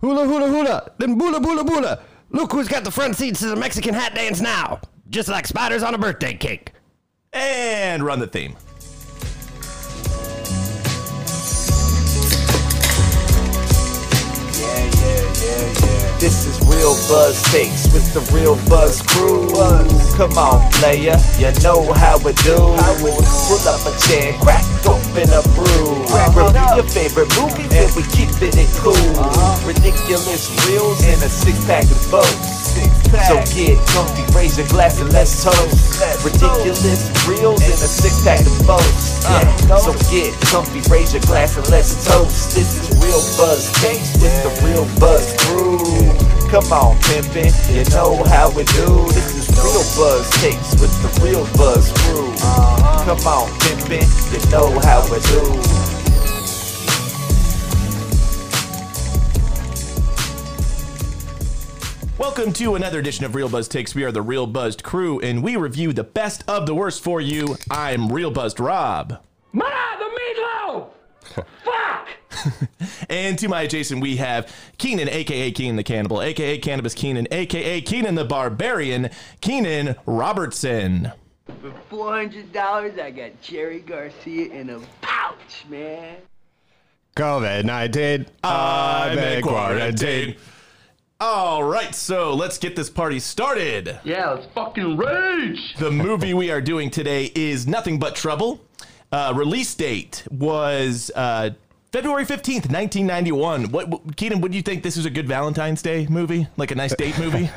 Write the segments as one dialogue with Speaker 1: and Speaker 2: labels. Speaker 1: Hula hula hula, then bula bula bula. Look who's got the front seats to the Mexican hat dance now. Just like spiders on a birthday cake.
Speaker 2: And run the theme.
Speaker 3: This is real buzz takes with the real buzz crew. Come on, player, you know how we do. Pull up a chair, crack open a brew. Review your favorite movies and we keeping it cool. Ridiculous reels and a six pack of boats. So get comfy, raise your glass and let's toast. Ridiculous reels and a six pack of boats. So get comfy, raise your glass and let's toast. This is real buzz takes with the real buzz crew. Come on, pimpin', you know how we do. This is real buzz takes with the real buzz crew. Come on, pimpin', you know how we do.
Speaker 2: Welcome to another edition of Real Buzz Takes. We are the Real Buzzed crew, and we review the best of the worst for you. I'm Real Buzzed Rob.
Speaker 4: Ma, the meatloaf! Fuck!
Speaker 2: And to my adjacent, we have Keenan, aka Keenan the Cannibal, aka Cannabis Keenan, aka Keenan the Barbarian, Keenan Robertson.
Speaker 5: For four hundred dollars, I got Jerry Garcia in a pouch, man.
Speaker 1: COVID 19. I'm in quarantine.
Speaker 2: All right, so let's get this party started.
Speaker 4: Yeah, let's fucking rage!
Speaker 2: The movie we are doing today is Nothing But Trouble. Uh, release date was uh, February 15th, 1991. What, what Keenan, would you think this is a good Valentine's Day movie? Like a nice date movie?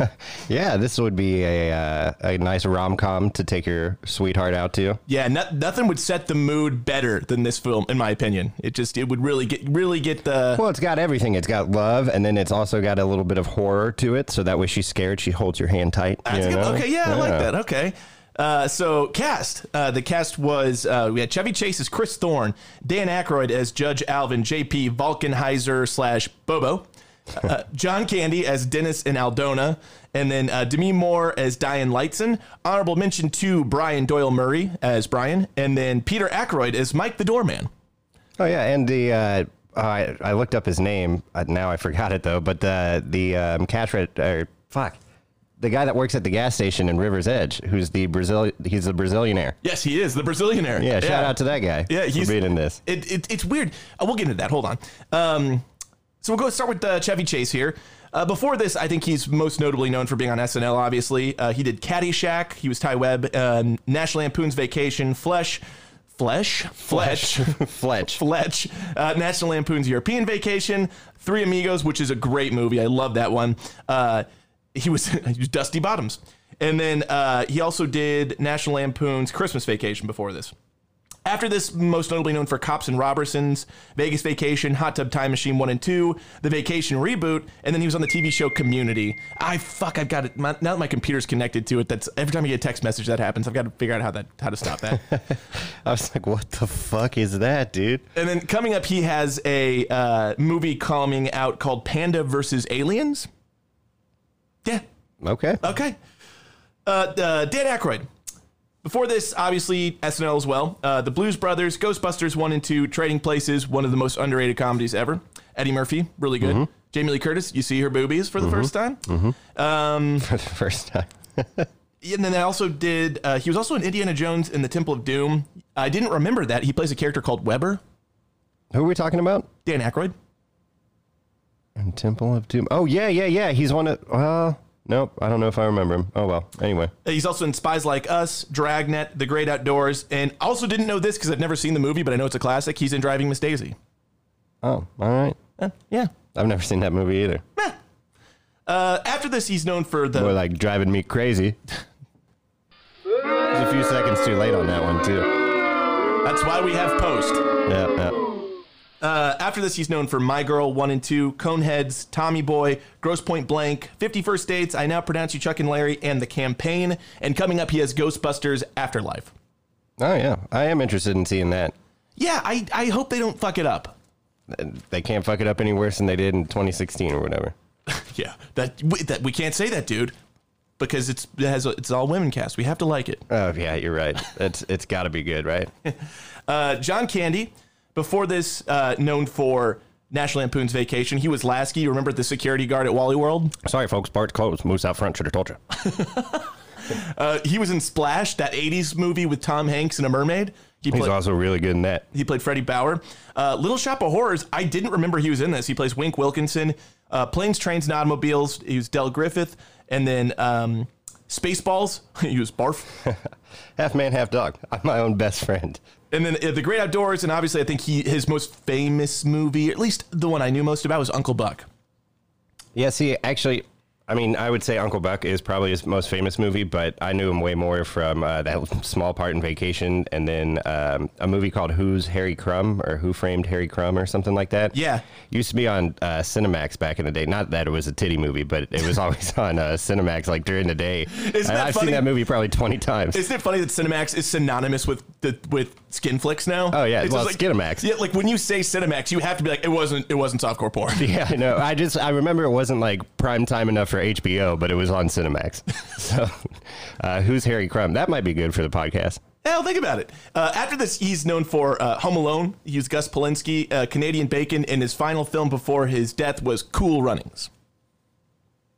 Speaker 1: Yeah, this would be a, uh, a nice rom com to take your sweetheart out to.
Speaker 2: yeah, no, nothing would set the mood better than this film in my opinion. It just it would really get really get the
Speaker 1: Well, it's got everything. It's got love, and then it's also got a little bit of horror to it. So that way she's scared. She holds your hand tight.
Speaker 2: That's
Speaker 1: you
Speaker 2: good.
Speaker 1: know?
Speaker 2: Okay, yeah, I like that. Okay. Uh, so cast uh, the cast was uh, we had Chevy Chase as Chris Thorne, Dan Aykroyd as Judge Alvin, J.P. Valkenheiser slash Bobo, uh, John Candy as Dennis and Aldona, and then uh, Demi Moore as Diane Lightson. Honorable mention to Brian Doyle Murray as Brian, and then Peter Aykroyd as Mike the Doorman.
Speaker 1: Oh yeah, and the uh, I I looked up his name. Uh, now I forgot it though. But the the um, cash re- or fuck, the guy that works at the gas station in Rivers Edge, who's the Brazil, he's the Brazilianaire.
Speaker 2: Yes, he is the Brazilianaire.
Speaker 1: Yeah, shout out to that guy.
Speaker 2: Yeah, he's
Speaker 1: for being in this.
Speaker 2: It, it, it's weird. Uh, we'll get into that. Hold on. Um, so we'll go start with uh, Chevy Chase here. Uh, before this, I think he's most notably known for being on SNL. Obviously, uh, he did Caddyshack. He was Ty Webb, um, National Lampoon's Vacation, Flesh, Flesh, Flesh,
Speaker 1: Fletch.
Speaker 2: Fletch, uh, National Lampoon's European Vacation, Three Amigos, which is a great movie. I love that one. Uh, he was he was Dusty Bottoms, and then uh, he also did National Lampoon's Christmas Vacation before this. After this, most notably known for Cops and Robertsons, Vegas Vacation, Hot Tub Time Machine 1 and 2, The Vacation Reboot, and then he was on the TV show Community. I fuck, I've got it. My, now that my computer's connected to it, that's every time I get a text message that happens, I've got to figure out how that how to stop that.
Speaker 1: I was like, what the fuck is that, dude?
Speaker 2: And then coming up, he has a uh, movie coming out called Panda versus Aliens. Yeah.
Speaker 1: Okay.
Speaker 2: Okay. Uh, uh, Dan Aykroyd. Before this, obviously SNL as well. Uh, the Blues Brothers, Ghostbusters one and two, Trading Places, one of the most underrated comedies ever. Eddie Murphy, really good. Jamie Lee Curtis, you see her boobies for the first time.
Speaker 1: For the first time.
Speaker 2: And then I also did. Uh, he was also in Indiana Jones and the Temple of Doom. I didn't remember that he plays a character called Weber.
Speaker 1: Who are we talking about?
Speaker 2: Dan Aykroyd.
Speaker 1: And Temple of Doom. Oh yeah, yeah, yeah. He's one of. Well, nope. I don't know if I remember him. Oh well. Anyway.
Speaker 2: He's also in Spies Like Us, Dragnet, The Great Outdoors, and I also didn't know this because I've never seen the movie, but I know it's a classic. He's in Driving Miss Daisy.
Speaker 1: Oh, all right.
Speaker 2: Uh, yeah.
Speaker 1: I've never seen that movie either.
Speaker 2: Uh, after this, he's known for the.
Speaker 1: Or like driving me crazy. It's a few seconds too late on that one too.
Speaker 2: That's why we have Post.
Speaker 1: Yeah, yeah.
Speaker 6: Uh, after this, he's known for My Girl, One and Two, Coneheads, Tommy Boy, Gross Point Blank, 51st Dates, I Now Pronounce You Chuck and Larry, and The Campaign. And coming up, he has Ghostbusters Afterlife.
Speaker 1: Oh yeah, I am interested in seeing that.
Speaker 6: Yeah, I, I hope they don't fuck it up.
Speaker 1: They can't fuck it up any worse than they did in 2016 or whatever.
Speaker 6: Yeah, that we, that we can't say that, dude, because it's it has a, it's all women cast. We have to like it.
Speaker 1: Oh yeah, you're right. It's it's got to be good, right?
Speaker 6: Uh, John Candy, before this, uh, known for National Lampoon's Vacation, he was Lasky. Remember the security guard at Wally World?
Speaker 1: Sorry, folks. Bart closed. Moose out front. Should have told you.
Speaker 6: Uh, he was in Splash, that '80s movie with Tom Hanks and a mermaid. He
Speaker 1: He's
Speaker 6: played
Speaker 1: also really good in that.
Speaker 6: he played Freddie Bauer. Uh, Little Shop of Horrors. I didn't remember he was in this. He plays Wink Wilkinson. Uh, Planes, Trains, and Automobiles. He was Del Griffith, and then um, Spaceballs. he was Barf.
Speaker 1: Half man, half dog. I'm my own best friend.
Speaker 6: and then uh, the great outdoors and obviously i think he his most famous movie at least the one i knew most about was uncle buck
Speaker 1: Yeah, see, actually, I mean, I would say Uncle Buck is probably his most famous movie, but I knew him way more from uh, that small part in Vacation and then um, a movie called Who's Harry Crumb or Who Framed Harry Crumb or something like that.
Speaker 6: Yeah.
Speaker 1: Used to be on uh, Cinemax back in the day. Not that it was a titty movie, but it was always on uh, Cinemax like during the day. And
Speaker 6: that
Speaker 1: I've
Speaker 6: funny?
Speaker 1: seen that movie probably 20 times.
Speaker 6: isn't it funny that cinemax is synonymous with the with skin flicks now
Speaker 1: Oh, yeah,
Speaker 6: It's
Speaker 1: well,
Speaker 6: just
Speaker 1: Skinemax.
Speaker 6: yeah like when you say cinemax you have to be like it wasn't it wasn't softcore porn
Speaker 1: yeah, I know. I just I remember it wasn't like prime time enough for HBO, but it was on Cinemax. so, uh, who's Harry Crumb? That might be good for the podcast.
Speaker 6: Hell, think about it. Uh, after this, he's known for uh, Home Alone. He was Gus Polinski, uh, Canadian Bacon, and his final film before his death was Cool Runnings.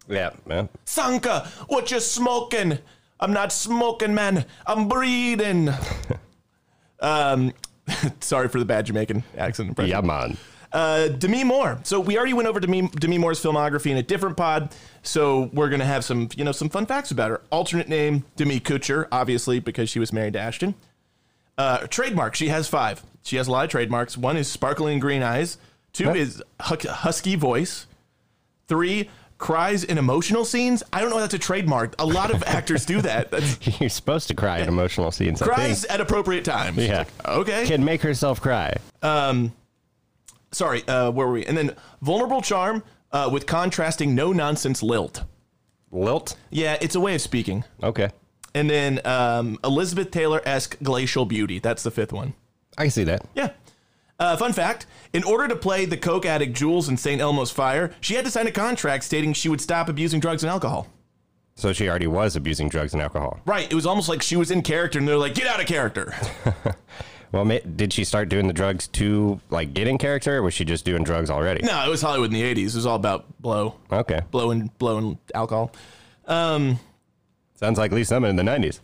Speaker 1: Yeah, man.
Speaker 6: Sanka, what you smoking? I'm not smoking, man. I'm breathing. um, sorry for the bad Jamaican accent impression.
Speaker 1: Yeah, man.
Speaker 6: Uh, Demi Moore. So we already went over Demi, Demi Moore's filmography in a different pod. So we're gonna have some, you know, some fun facts about her. Alternate name Demi Kucher, obviously because she was married to Ashton. Uh, trademark. She has five. She has a lot of trademarks. One is sparkling green eyes. Two
Speaker 1: What?
Speaker 6: is huck- husky voice. Three cries in emotional scenes. I don't know. if That's a trademark. A lot of actors do that. That's
Speaker 1: You're supposed to cry in emotional scenes.
Speaker 6: cries
Speaker 1: I
Speaker 6: at appropriate times.
Speaker 1: Yeah.
Speaker 6: Okay.
Speaker 1: think. Can make herself cry.
Speaker 6: sorry, uh, where were we? And then vulnerable charm uh, with contrasting no nonsense lilt.
Speaker 1: Lilt.
Speaker 6: Yeah, it's a way of speaking.
Speaker 1: Okay.
Speaker 6: And then um, Elizabeth Taylor esque glacial beauty. That's the fifth one.
Speaker 1: I can see that.
Speaker 6: Yeah. Uh, fun fact In order to play the coke addict Jules in St. Elmo's Fire, she had to sign a contract stating she would stop abusing drugs and alcohol.
Speaker 1: So she already was abusing drugs and alcohol.
Speaker 6: Right. It was almost like she was in character and they're like, get out of character.
Speaker 1: Well, ma- did she start doing the drugs to like get in character, or was she just doing drugs already?
Speaker 6: no, it was Hollywood in the 80s. It was all about blow,
Speaker 1: Okay.
Speaker 6: blow and, blow and alcohol. Um,
Speaker 1: Sounds like Lee Summon in the '90s.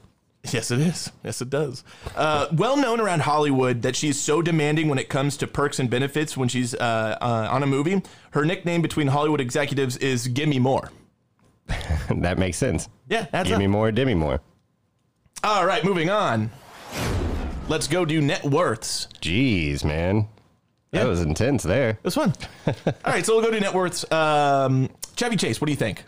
Speaker 6: Yes, it is. Yes, it does. Uh, well known around Hollywood that she's so demanding when it comes to perks and benefits when she's uh, uh, on a movie. Her nickname between Hollywood executives is "Gimme More."
Speaker 1: that makes sense.
Speaker 6: Yeah, that's
Speaker 1: Give me
Speaker 6: it.
Speaker 1: more, Demi more.
Speaker 6: All right, moving on. Let's go do net worths.
Speaker 1: Jeez, man.
Speaker 6: Yeah.
Speaker 1: That was intense there.
Speaker 6: This one. All right, so we'll go do net worths. Um, Chevy Chase, what do you think?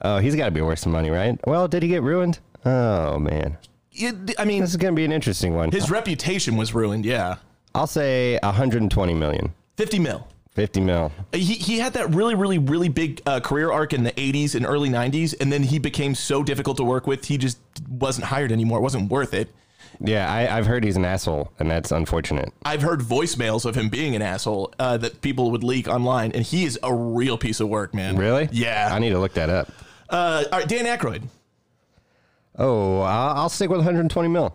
Speaker 1: Oh, he's got to be worth some money, right? Well, did he get ruined? Oh, man.
Speaker 6: You- I mean,
Speaker 1: This is going to be an interesting one.
Speaker 6: his reputation was ruined. Yeah,
Speaker 1: I'll say 120 million,
Speaker 6: fifty mil.
Speaker 1: 50 mil.
Speaker 6: he, he had that really really really big uh, career arc in the 80s and early 90s and then he became so difficult to work with he just wasn't hired anymore it wasn't worth it
Speaker 1: Yeah, I, I've heard he's an asshole, and that's unfortunate.
Speaker 6: i've heard voicemails of him being an asshole uh, that people would leak online and he is a real piece of work man
Speaker 1: Really? I
Speaker 6: yeah
Speaker 1: need to look that up.
Speaker 6: uh, all right dan Aykroyd.
Speaker 1: Oh, I'll, I'll stick with 120 mil.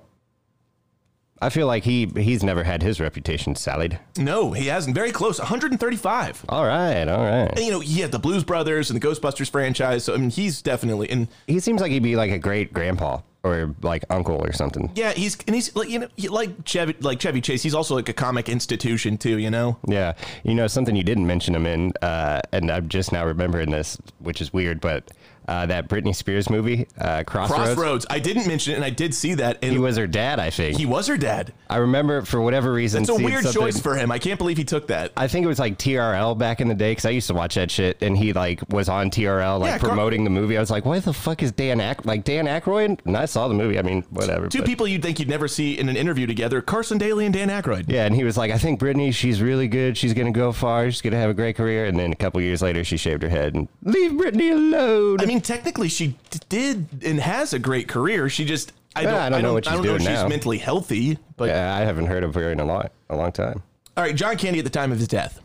Speaker 1: I feel like he he's never had his reputation sallied.
Speaker 6: no he hasn't very close 135
Speaker 1: All right, all right.
Speaker 6: and, you know he had the blues brothers and the ghostbusters franchise so i mean he's definitely and
Speaker 1: He seems like he'd be like a great grandpa or like uncle or something.
Speaker 6: yeah he's and he's like you know he- like chevy like chevy chase he's also like a comic institution too you know
Speaker 1: Yeah, you know something you didn't mention him in, uh, and I'm just now remembering this, which is weird. But uh, that Britney Spears movie, uh, Crossroads.
Speaker 6: Crossroads. I didn't mention it, and I did see that, and
Speaker 1: He was her dad, I think.
Speaker 6: he was her dad.
Speaker 1: I remember for whatever reason.
Speaker 6: It's a
Speaker 1: seeing
Speaker 6: weird
Speaker 1: something-
Speaker 6: choice for him. I can't believe he took that.
Speaker 1: I think it was like TRL back in the day because I used to watch that shit, and he like was on TRL like
Speaker 6: Yeah, Car-
Speaker 1: promoting the movie. I was like, "Why the fuck is Dan Ack like Dan Aykroyd?" And I saw the movie. I mean, whatever.
Speaker 6: Two
Speaker 1: but-
Speaker 6: people you'd think you'd never see in an interview together: Carson Daly and Dan Aykroyd.
Speaker 1: Yeah, and he was like, "I think Brittany, she's really good. She's gonna go far. She's gonna have a great career." And then a couple years later, she shaved her head and leave Brittany alone.
Speaker 6: I mean, technically, she d- did and has a great career. She just I
Speaker 1: Yeah,
Speaker 6: don't,
Speaker 1: I don't know what
Speaker 6: I
Speaker 1: she's
Speaker 6: don't know if
Speaker 1: doing
Speaker 6: she's
Speaker 1: now.
Speaker 6: mentally healthy. But
Speaker 1: yeah, I haven't heard of her in a long, a long time.
Speaker 6: all right, John Candy at the time of his death,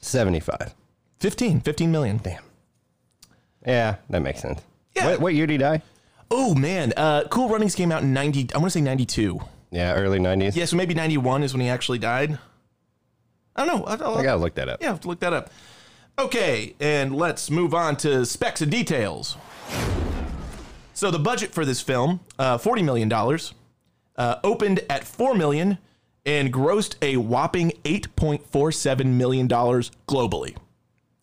Speaker 1: Seventy-five.
Speaker 6: 15, 15 million.
Speaker 1: Damn. Yeah, that makes sense.
Speaker 6: Yeah.
Speaker 1: What, what year did he die?
Speaker 6: Oh man, uh, Cool Runnings came out in ninety. I want to say ninety two.
Speaker 1: Yeah, early nineties.
Speaker 6: Yeah, so maybe ninety one is when he actually died. I don't know. I, I'll-
Speaker 1: I gotta look that up.
Speaker 6: Yeah, have to look that up. Okay, and let's move on to specs and details. So the budget for this film, uh, forty million dollars, uh, opened at four million and grossed a whopping eight point four seven million dollars globally.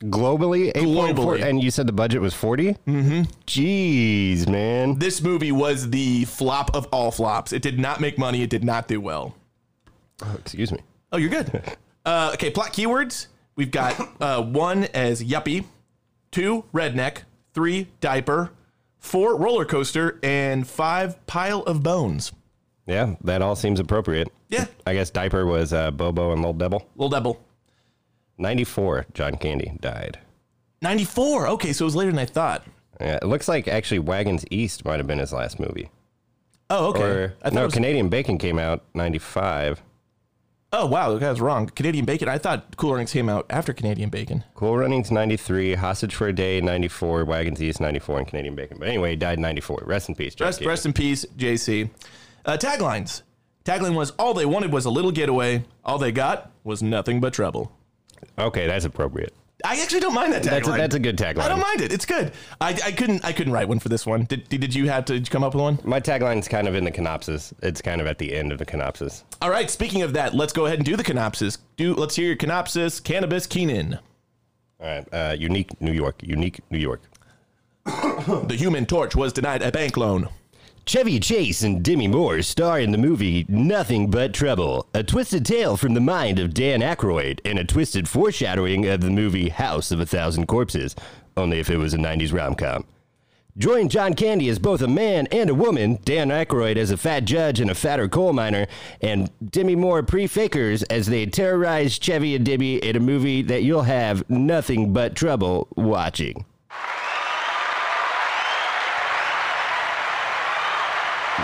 Speaker 1: Globally, 8.4
Speaker 6: Globally.
Speaker 1: and you said the budget was 40? Mm-hmm. Jeez, man.
Speaker 6: This movie was the flop of all flops. It did not make money. It did not do well.
Speaker 1: Oh, excuse me.
Speaker 6: Oh, you're good. uh, okay, plot keywords. We've got uh, one as yuppie, two redneck, three diaper, four roller coaster, and five pile of bones.
Speaker 1: Yeah, that all seems appropriate.
Speaker 6: Yeah.
Speaker 1: I guess diaper was uh, Bobo and Little Devil.
Speaker 6: Little Devil.
Speaker 1: 94, John Candy died.
Speaker 6: 94. Okay, so it was later than I thought.
Speaker 1: Yeah, it looks like actually Wagons East might have been his last movie.
Speaker 6: Oh, okay.
Speaker 1: Or,
Speaker 6: I thought
Speaker 1: no,
Speaker 6: it was-
Speaker 1: Canadian Bacon came out 95.
Speaker 6: oh, wow. Okay, I was wrong. Canadian Bacon. I thought Cool Runnings came out after Canadian Bacon.
Speaker 1: Cool Runnings 93, Hostage for a Day 94, Wagons East 94, and Canadian Bacon. But anyway, he died 94. Rest in peace, John
Speaker 6: Rest,
Speaker 1: Candy.
Speaker 6: rest in peace, JC. Uh, taglines. Tagline was all they wanted was a little getaway. All they got was nothing but trouble.
Speaker 1: Okay, that's appropriate.
Speaker 6: I actually don't mind that tagline.
Speaker 1: That's a, that's a good tagline.
Speaker 6: I don't mind it. It's good. I, I couldn't I couldn't write one for this one. Did, did did you have to did you come up with one?
Speaker 1: My tagline's kind of in the canopsis. It's kind of at the end of the canopsis.
Speaker 6: All right. Speaking of that, let's go ahead and do the canopsis. Do let's hear your canopsis. Cannabis Keenan,
Speaker 1: All right. Uh, unique New York. Unique New York.
Speaker 6: the Human Torch was denied a bank loan.
Speaker 1: Chevy Chase and Demi Moore star in the movie Nothing But Trouble, a twisted tale from the mind of Dan Aykroyd, and a twisted foreshadowing of the movie House of a Thousand Corpses, only if it was a 90s rom com. Join John Candy as both a man and a woman, Dan Aykroyd as a fat judge and a fatter coal miner, and Demi Moore pre-fakers as they terrorize Chevy and Demi in a movie that you'll have nothing but trouble watching.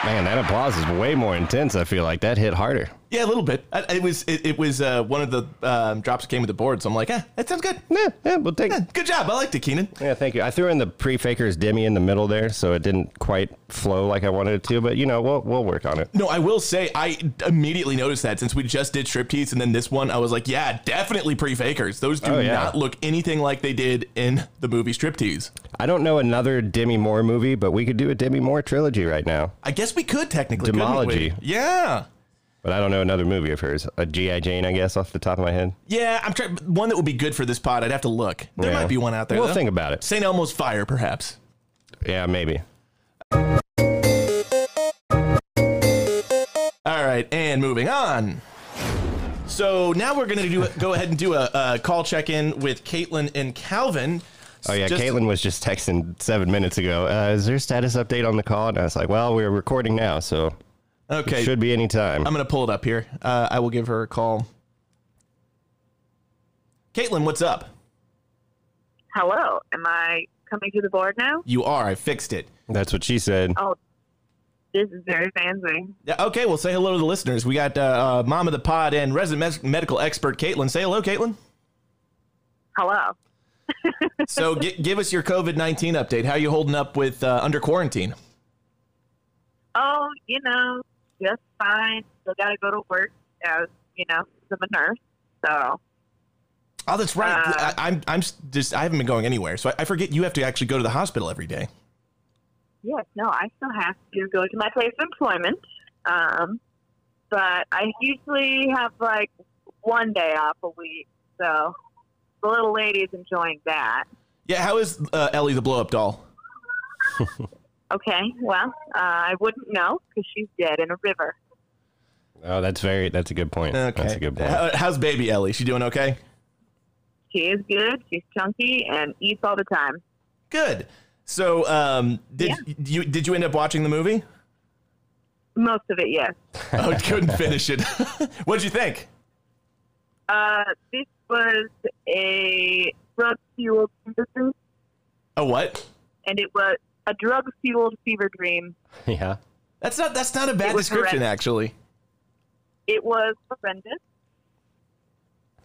Speaker 1: Man, that applause is way more intense. I feel like that hit harder.
Speaker 6: Yeah, a little bit. I, it was it, it was uh, one of the um, drops that came with the board. So I'm like, eh, that sounds good.
Speaker 1: Yeah, yeah, we'll take.
Speaker 6: Yeah, good job. I liked it, Keenan.
Speaker 1: Yeah, thank you. I threw in the pre-fakers Demi in the middle there, so it didn't quite flow like I wanted it to. But you know, we'll we'll work on it.
Speaker 6: No, I will say I immediately noticed that since we just did striptease and then this one, I was like, yeah, definitely pre-fakers. Those do
Speaker 1: Oh, yeah.
Speaker 6: not look anything like they did in the movie striptease.
Speaker 1: I don't know another Demi Moore movie, but we could do a Demi Moore trilogy right now.
Speaker 6: I guess we could technically. couldn't we?
Speaker 1: Demology.
Speaker 6: Yeah.
Speaker 1: But I don't know another movie of hers. A GI Jane, I guess, off the top of my head.
Speaker 6: Yeah, I'm trying one that would be good for this pod. I'd have to look. There
Speaker 1: Yeah.
Speaker 6: might be one out there.
Speaker 1: We'll
Speaker 6: though.
Speaker 1: think about it.
Speaker 6: St. Elmo's Fire, perhaps.
Speaker 1: Yeah, maybe.
Speaker 6: All right, and moving on. So now we're gonna do go ahead and do a, uh call check in with Caitlin and Calvin.
Speaker 1: Oh yeah,
Speaker 6: Just-
Speaker 1: Caitlin was just texting seven minutes ago. Uh, is there a status update on the call? And I was like, well, we're recording now, so
Speaker 6: Okay,
Speaker 1: it should be any time.
Speaker 6: I'm gonna pull it up here. Uh, I will give her a call. Caitlin, what's up?
Speaker 7: Hello, am I coming to the board now?
Speaker 6: You are. I fixed it.
Speaker 1: That's what she said.
Speaker 7: Oh, this is very fancy.
Speaker 6: Yeah, Okay, well, say hello to the listeners. We got uh, uh, Mom of the Pod and resident mes- medical expert Caitlin. Say hello, Caitlin.
Speaker 7: Hello.
Speaker 6: So, gi- give us your COVID nineteen update. How you holding up with uh, under quarantine?
Speaker 7: Oh, you know, just fine. Still got to go to work as, you know, 'cause I'm a nurse. So,
Speaker 6: Oh, that's right.
Speaker 7: Uh,
Speaker 6: I, I'm I'm s- just I haven't been going anywhere, so I, I forget you have to actually go to the hospital every day.
Speaker 7: yes, no, I still have to go to my place of employment. Um, but I usually have like one day off a week. So the little lady's enjoying that.
Speaker 6: Yeah, how is uh, Ellie the blow up doll?
Speaker 7: Okay, well, uh, I wouldn't know because she's dead in a river.
Speaker 1: Oh, that's very. That's a good point. That's a good point.
Speaker 6: How- how's baby Ellie? She doing okay?
Speaker 7: She is good. She's chunky and eats all the time.
Speaker 6: Good. So, um, did you did you end up watching the movie?
Speaker 7: Most of it, yes.
Speaker 6: Oh, couldn't finish it. What'd you think?
Speaker 7: Uh, this was a drug fueled fever dream,
Speaker 6: A what?
Speaker 7: and it was a drug fueled fever dream.
Speaker 1: Yeah.
Speaker 6: That's not that's not a
Speaker 7: It
Speaker 6: bad
Speaker 7: was
Speaker 6: description,
Speaker 7: horrendous.
Speaker 6: actually.
Speaker 7: It was horrendous,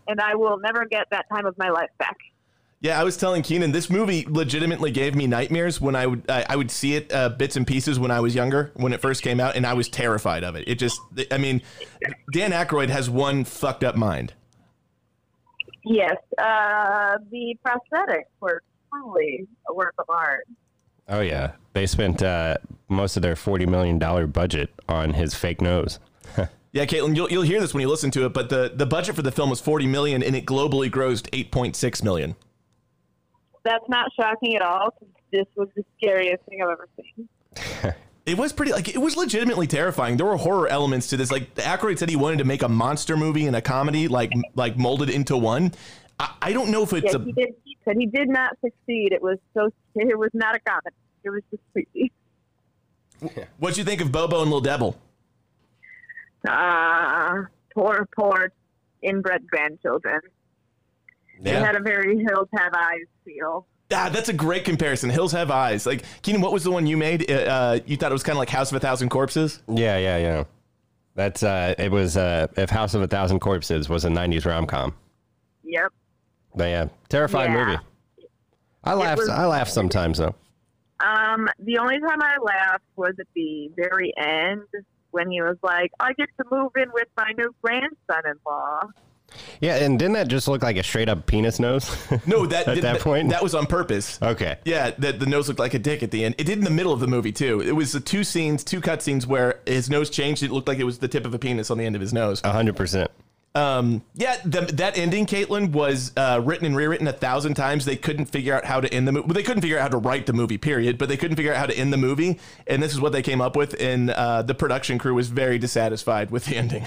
Speaker 7: and I will never get that time of my life back.
Speaker 6: Yeah, I was telling Keenan this movie legitimately gave me nightmares when I would I, I would see it uh, bits and pieces when I was younger when it first came out, and I was terrified of it. It just I mean, Dan Aykroyd has one fucked up mind.
Speaker 7: Yes, uh, the prosthetics were truly a work of art.
Speaker 1: Oh yeah. They spent uh, most of their forty million dollar budget on his fake nose.
Speaker 6: Yeah, Caitlin, you'll, you'll hear this when you listen to it, but the, the budget for the film was forty million, and it globally grossed eight point six million.
Speaker 7: That's not shocking at all. 'cause This was the scariest thing I've ever seen.
Speaker 6: It was pretty like it was legitimately terrifying. There were horror elements to this. Like Aykroyd said, he wanted to make a monster movie and a comedy, like like molded into one. I, I don't know if it's
Speaker 7: Yeah,
Speaker 6: a
Speaker 7: he did. He said he did not succeed. It was so. It was not a comedy. It was just creepy.
Speaker 6: What'd you think of Bobo and Little Devil?
Speaker 7: Ah, poor, poor inbred grandchildren. They had a very hills have eyes feel.
Speaker 6: Ah, that's a great comparison. Hills Have Eyes. Like Keenan, what was the one you made? Uh, Uh, you thought it was kind of like House of a Thousand Corpses.
Speaker 1: Yeah, yeah, yeah. That's uh, it was uh, if House of a Thousand Corpses was a '90s rom com.
Speaker 7: Yep.
Speaker 1: But yeah, terrifying
Speaker 7: Yeah.
Speaker 1: movie. I laugh.
Speaker 7: was-
Speaker 1: I laugh sometimes though.
Speaker 7: Um, the only time I laughed was at the very end when he was like, "I get to move in with my new grandson-in-law."
Speaker 1: Yeah, and didn't that just look like a straight up penis nose?
Speaker 6: No, that
Speaker 1: at that point.
Speaker 6: that was on purpose.
Speaker 1: okay.
Speaker 6: Yeah, that the nose looked like a dick at the end. It did in the middle of the movie too. It was the two scenes, two cut scenes where his nose changed. It looked like it was the tip of a penis on the end of his nose.
Speaker 1: A hundred percent.
Speaker 6: Um, yeah, the, that ending, Caitlin, was uh, written and rewritten a thousand times. They couldn't figure out how to end the movie. Well, they couldn't figure out how to write the movie, period. But they couldn't figure out how to end the movie, and this is what they came up with. And uh, the production crew was very dissatisfied with the ending.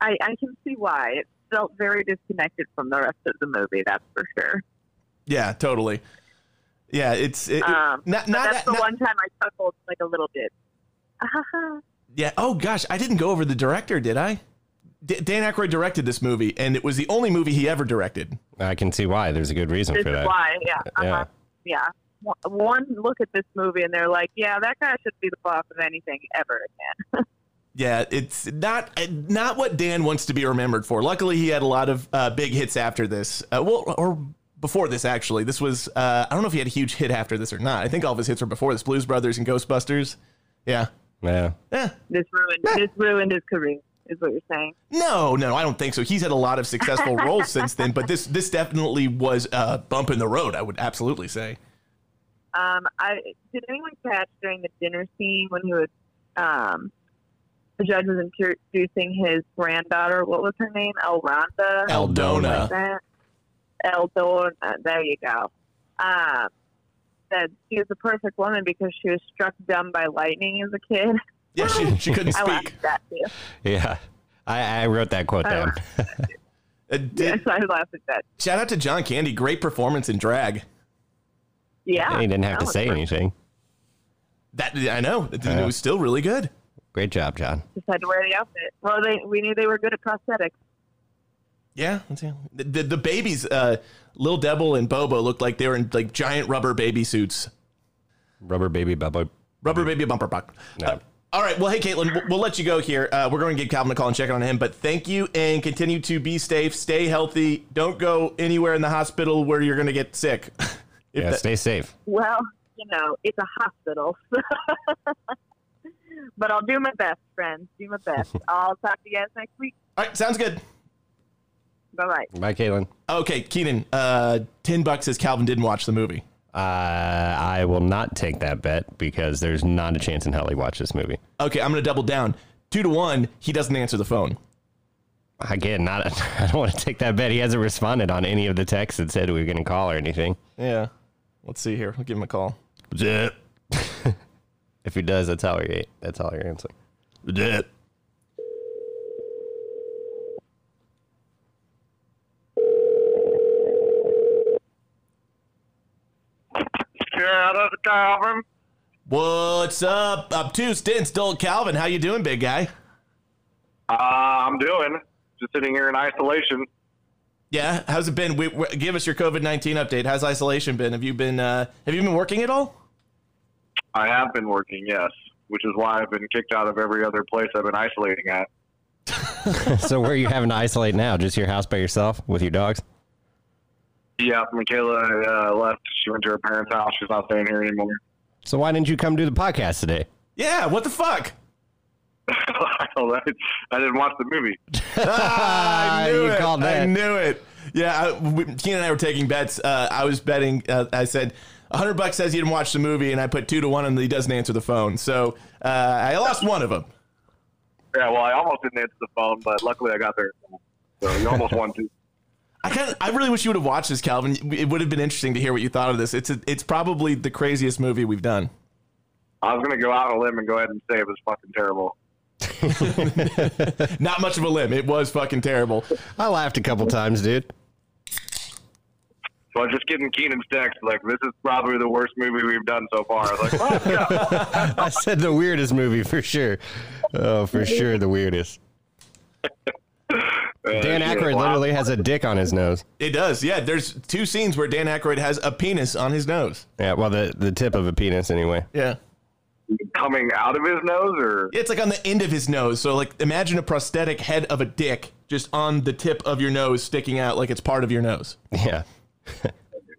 Speaker 7: I, I can see why it felt very disconnected from the rest of the movie. That's for sure.
Speaker 6: Yeah, totally. Yeah, it's it,
Speaker 7: Um,
Speaker 6: not
Speaker 7: but
Speaker 6: not,
Speaker 7: that's the
Speaker 6: not-
Speaker 7: one time I chuckled like a little bit.
Speaker 6: Yeah. Oh gosh, I didn't go over the director, did I? D- Dan Aykroyd directed this movie, and it was the only movie he ever directed.
Speaker 1: I can see why. There's a good reason
Speaker 7: this
Speaker 1: for
Speaker 7: is
Speaker 1: that. Uh,
Speaker 7: why, yeah, uh-huh,
Speaker 1: Yeah.
Speaker 7: yeah. One- One look at this movie and they're like, yeah, that guy should be the boss of anything ever again.
Speaker 6: Yeah, it's not uh, not what Dan wants to be remembered for. Luckily, he had a lot of uh, big hits after this. Uh, well, or before this actually. This was uh, I don't know if he had a huge hit after this or not. I think all of his hits were before this: Blues Brothers and Ghostbusters. Yeah.
Speaker 1: Yeah.
Speaker 6: Eh,
Speaker 7: This ruined, this ruined his career, is what you're saying.
Speaker 6: no, no, I don't think so. He's had a lot of successful roles since then, but this this definitely was a bump in the road. I would absolutely say.
Speaker 7: Um, I did anyone catch during the dinner scene when he was, um, the judge was introducing his granddaughter. What was her name? Elronda.
Speaker 6: Eldona.
Speaker 7: that. Eldor, uh, there you go. Um, that she was the perfect woman because she was struck dumb by lightning as a kid.
Speaker 6: Yeah, she, she couldn't
Speaker 7: I laughed
Speaker 6: speak.
Speaker 7: at that too.
Speaker 1: Yeah. I, I wrote that quote down.
Speaker 7: Uh-huh.
Speaker 6: Uh, did-
Speaker 7: Yes, I laughed at that.
Speaker 6: Shout out to John Candy, great performance in drag.
Speaker 7: Yeah, Oh,
Speaker 1: he didn't have
Speaker 7: that
Speaker 1: to
Speaker 7: was
Speaker 1: say
Speaker 7: perfect.
Speaker 1: anything.
Speaker 6: That I know, it,
Speaker 1: Yeah.
Speaker 6: was still really good.
Speaker 1: Great job, John.
Speaker 7: Just had to wear the outfit. Well, they we knew they were good at prosthetics.
Speaker 6: Yeah, that's- yeah. the the, the babies, uh, Lil Devil and Bobo looked like they were in like giant rubber baby suits,
Speaker 1: Rubber baby bubble.
Speaker 6: rubber baby bumper buck.
Speaker 1: No.
Speaker 6: Uh, all right, well, hey Caitlin, we'll, we'll let you go here. Uh, we're going to give Calvin a call and check on him, but thank you and continue to be safe, stay healthy, don't go anywhere in the hospital where you're going to get sick. If
Speaker 1: Yeah,
Speaker 6: that-
Speaker 1: stay safe.
Speaker 7: Well, you know, it's a hospital. but I'll do my best, friends. Do my best. I'll talk to you guys next week.
Speaker 6: all right, sounds good.
Speaker 7: Bye bye.
Speaker 1: Bye, Caitlin.
Speaker 6: Okay, Keenan, uh, ten bucks says Calvin didn't watch the movie.
Speaker 1: Uh, I will not take that bet because there's not a chance in hell he watched this movie.
Speaker 6: Okay, I'm going to double down. Two to one, he doesn't answer the phone.
Speaker 1: Again, not I don't want to take that bet. He hasn't responded on any of the texts that said we were going to call or anything.
Speaker 6: Yeah. Let's see here. I'll give him a call.
Speaker 1: if he does, that's how you're that's how you're answering.
Speaker 8: Yeah, that's Calvin.
Speaker 6: What's up? Obtuse Dents, Dolt Calvin. How you doing, big guy?
Speaker 8: Uh, I'm doing. Just sitting here in isolation.
Speaker 6: Yeah. How's it been? We, we, give us your COVID nineteen update. How's isolation been? Have you been uh, Have you been working at all?
Speaker 8: I have been working, yes, which is why I've been kicked out of every other place I've been isolating at.
Speaker 1: so where are you having to isolate now? Just your house by yourself with your dogs?
Speaker 8: Yeah, Michaela uh, left. She went to her parents' house. She's not staying here anymore.
Speaker 1: So why didn't you come do the podcast today?
Speaker 6: Yeah. What the fuck?
Speaker 8: I didn't watch the movie.
Speaker 6: Ah, I knew
Speaker 1: You
Speaker 6: it.
Speaker 1: called
Speaker 6: I
Speaker 1: that.
Speaker 6: knew it. Yeah, I, we, Keenan and I were taking bets. Uh, I was betting. Uh, I said, hundred bucks says he didn't watch the movie," and I put two to one, and he doesn't answer the phone. So uh, I lost one of them.
Speaker 8: Yeah, well, I almost didn't answer the phone, but luckily I got there. So you almost won too.
Speaker 6: I kind of, I really wish you would have watched this, Calvin. It would have been interesting to hear what you thought of this. It's a, it's probably the craziest movie we've done.
Speaker 8: I was gonna go out on a limb and go ahead and say it was fucking terrible.
Speaker 6: Not much of a limb. It was fucking terrible.
Speaker 1: I laughed a couple times, dude.
Speaker 8: So I was just getting Keenan's text like, "This is probably the worst movie we've done so far." I was like, "Well, yeah,
Speaker 1: I said the weirdest movie for sure. Oh, for sure the weirdest.
Speaker 8: uh,
Speaker 1: Dan
Speaker 8: shit,
Speaker 1: Aykroyd
Speaker 8: well, I-
Speaker 1: literally has a dick on his nose.
Speaker 6: It does. Yeah, there's two scenes where Dan Aykroyd has a penis on his nose.
Speaker 1: Yeah, well, the the tip of a penis anyway.
Speaker 6: Yeah.
Speaker 8: coming out of his nose or
Speaker 6: It's like on the end of his nose. So like imagine a prosthetic head of a dick just on the tip of your nose sticking out like it's part of your nose.
Speaker 1: Yeah.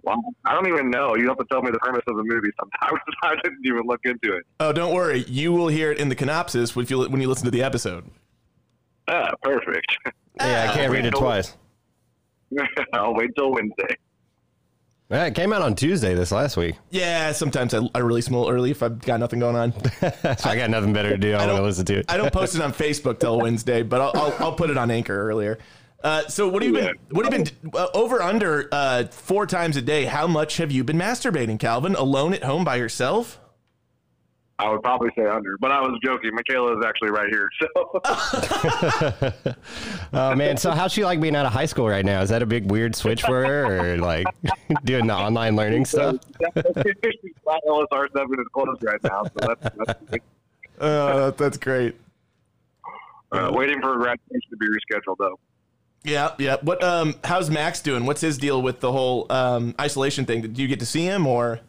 Speaker 8: Wow. I don't even know. You have to tell me the premise of the movie sometimes. I didn't even look into it.
Speaker 6: Oh, don't worry. You will hear it in the canopsis when you when you listen to the episode.
Speaker 8: Ah, perfect.
Speaker 1: Yeah, I can't read it twice.
Speaker 8: I'll wait till Wednesday.
Speaker 1: Yeah, it came out on Tuesday this last week.
Speaker 6: Yeah, sometimes I, I release them a little early if I've got nothing going on.
Speaker 1: So I got nothing better to do. I, want to
Speaker 6: don't-
Speaker 1: listen to it.
Speaker 6: I don't post it on Facebook till Wednesday, but I'll, I'll, I'll put it on Anchor earlier. Uh, so what have you been? What have you been uh, over under uh, four times a day? How much have you been masturbating, Calvin? Alone at home by yourself?
Speaker 8: I would probably say under, but I was joking. Michaela is actually right here. So
Speaker 1: Oh man, so how's she like being out of high school right now? Is that a big weird switch for her, or like doing the online learning stuff?
Speaker 8: she's flat LSR seven is closed right now. So that's, that's
Speaker 6: Uh, that's great.
Speaker 8: uh, waiting for graduation to be rescheduled though.
Speaker 6: Yeah, yeah. What? Um, how's Max doing? What's his deal with the whole um, isolation thing? Did you get to see him or?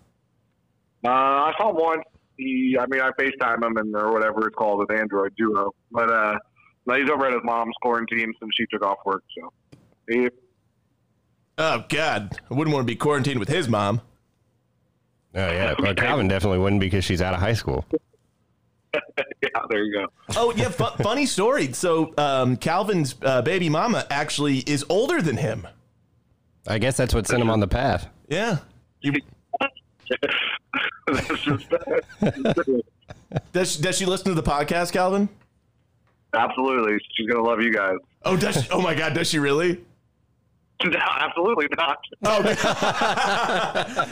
Speaker 8: Uh, I saw one. He, I mean, I FaceTime him and or whatever it's called with Android Duo. But uh, no, he's over at his mom's quarantine since she took off work. So he,
Speaker 6: Oh God, I wouldn't want to be quarantined with his mom.
Speaker 1: Oh yeah, well, Calvin definitely wouldn't because she's out of high school.
Speaker 8: yeah, there you go.
Speaker 6: Oh yeah, fu- funny story. So um, Calvin's uh, baby mama actually is older than him.
Speaker 1: I guess that's what sent him on the path.
Speaker 6: Yeah, You-
Speaker 8: That's just-
Speaker 6: Does does she listen to the podcast, Calvin?
Speaker 8: absolutely, she's gonna love you guys.
Speaker 6: Oh, does she, oh my God, does she really?
Speaker 8: No, absolutely not.
Speaker 6: Oh, God.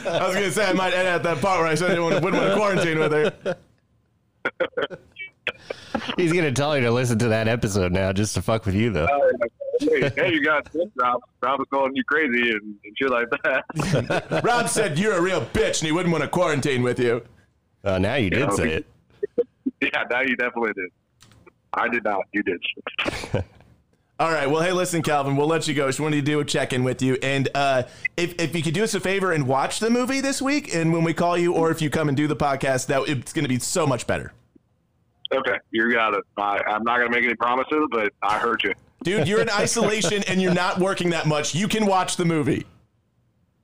Speaker 6: I was gonna say I might edit out that part where I said I didn't want to, wouldn't want to quarantine with her.
Speaker 1: He's gonna tell her to listen to that episode now just to fuck with you though.
Speaker 8: Uh, hey, hey, you guys, Rob, Rob is calling you crazy and, and shit like that.
Speaker 6: Rob said you're a real bitch and he wouldn't want to quarantine with you.
Speaker 1: Uh, now you did
Speaker 8: Yeah,
Speaker 1: say
Speaker 8: we-
Speaker 1: it.
Speaker 8: yeah, now you definitely did. I did not. You did.
Speaker 6: All right. Well, hey, listen, Calvin, we'll let you go. Just wanted to do a check in with you, and uh, if if you could do us a favor and watch the movie this week, and when we call you, or if you come and do the podcast, that it's going to be so much better.
Speaker 8: Okay, you got it. I, I'm not gonna make any promises, but I heard you.
Speaker 6: Dude, you're in isolation and you're not working that much. You can watch the movie.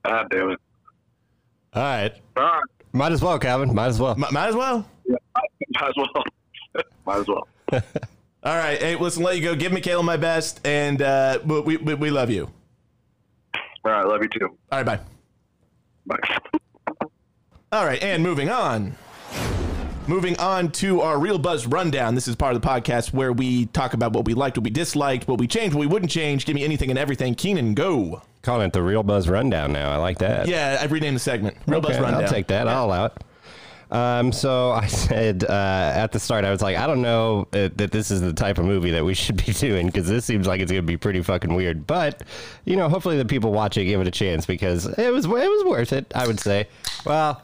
Speaker 8: God damn it.
Speaker 1: All right,
Speaker 8: All right.
Speaker 1: might as well, Calvin. Might as well.
Speaker 6: Mi- might as well.
Speaker 8: Might as well. Might as well.
Speaker 6: All right. Hey, listen, let you go. Give Michaela my best, and uh, but we, we we love you.
Speaker 8: All right. Love you too.
Speaker 6: All right, bye.
Speaker 8: Bye.
Speaker 6: All right, and moving on.
Speaker 2: Moving on to our Real Buzz rundown. This is part of the podcast where we talk about what we liked, what we disliked, what we changed, what we wouldn't change. Give me anything and everything. Keenan, go.
Speaker 1: Calling it the Real Buzz Rundown now. I like that.
Speaker 2: Yeah, I renamed the segment. Real Buzz
Speaker 1: Okay,
Speaker 2: rundown.
Speaker 1: I'll take that. I'll allow it. Um, so I said uh, at the start, I was like, I don't know uh, that this is the type of movie that we should be doing because this seems like it's going to be pretty fucking weird. But you know, hopefully the people watching give it a chance because it was it was worth it. I would say. Well,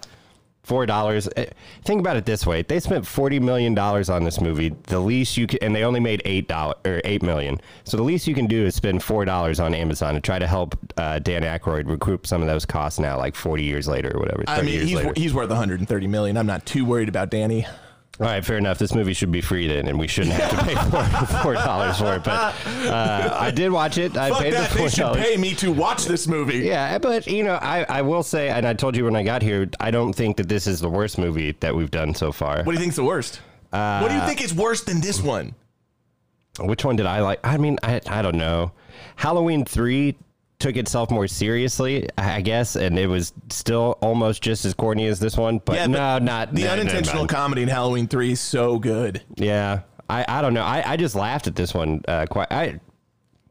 Speaker 1: four dollars. Eh, Think about it this way: they spent forty million dollars on this movie. The least you can, and they only made eight dollar or eight million. So the least you can do is spend four dollars on Amazon and try to help uh, Dan Aykroyd recoup some of those costs now, like forty years later or whatever.
Speaker 2: I
Speaker 1: 30
Speaker 2: mean,
Speaker 1: years
Speaker 2: he's,
Speaker 1: later.
Speaker 2: he's worth 130 million. I'm not too worried about Danny.
Speaker 1: All right, fair enough. This movie should be free then, and we shouldn't have to pay four four dollars for it. But uh, I did watch it. I
Speaker 2: Fuck
Speaker 1: paid
Speaker 2: that.
Speaker 1: the four
Speaker 2: They should
Speaker 1: dollars.
Speaker 2: pay me to watch this movie.
Speaker 1: Yeah, eh, but you know, I, I will say, and I told you when I got here, I don't think that this is the worst movie that we've done so far.
Speaker 2: What do you think's the worst?
Speaker 1: Uh,
Speaker 2: what do you think is worse than this one?
Speaker 1: Which one did I like? I mean, I I don't know. Halloween three took itself more seriously, I I guess, and it was still almost just as corny as this one. But,
Speaker 2: Yeah,
Speaker 1: no,
Speaker 2: but
Speaker 1: not
Speaker 2: The
Speaker 1: no, no,
Speaker 2: unintentional
Speaker 1: no.
Speaker 2: comedy in Halloween 3 is so good.
Speaker 1: Yeah, I, I don't know. I, I just laughed at this one. Uh, quite. I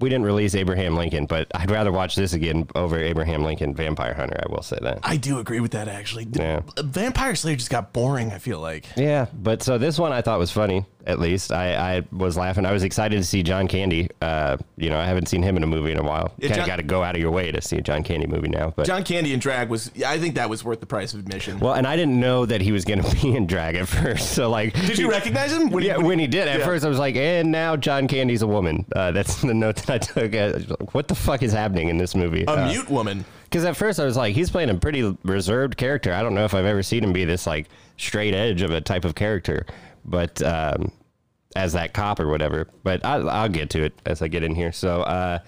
Speaker 1: we didn't release Abraham Lincoln, but I'd rather watch this again over Abraham Lincoln Vampire Hunter. I will say that.
Speaker 2: I do agree with that, actually. The-
Speaker 1: Yeah.
Speaker 2: Vampire Slayer just got boring, I feel like.
Speaker 1: Yeah, but so this one I thought was funny. At least I, I was laughing. I was excited to see John Candy. Uh, you know, I haven't seen him in a movie in a while.
Speaker 2: Yeah,
Speaker 1: Kind of
Speaker 2: John-
Speaker 1: got to go out of your way to see a John Candy movie now. But
Speaker 2: John Candy and Drag was, I think that was worth the price of admission.
Speaker 1: well, and I didn't know that he was going to be in Drag at first. So like,
Speaker 2: Did you recognize him? When he-
Speaker 1: yeah, when he did, at
Speaker 2: yeah.
Speaker 1: first I was like, and now John Candy's a woman. Uh, that's the note that I took. Uh, I was like, what the fuck is happening in this movie?
Speaker 2: a
Speaker 1: Uh,
Speaker 2: mute woman.
Speaker 1: Because at first I was like, he's playing a pretty reserved character. I don't know if I've ever seen him be this like straight edge of a type of character, but um, as that cop or whatever. But I, I'll get to it as I get in here. So uh,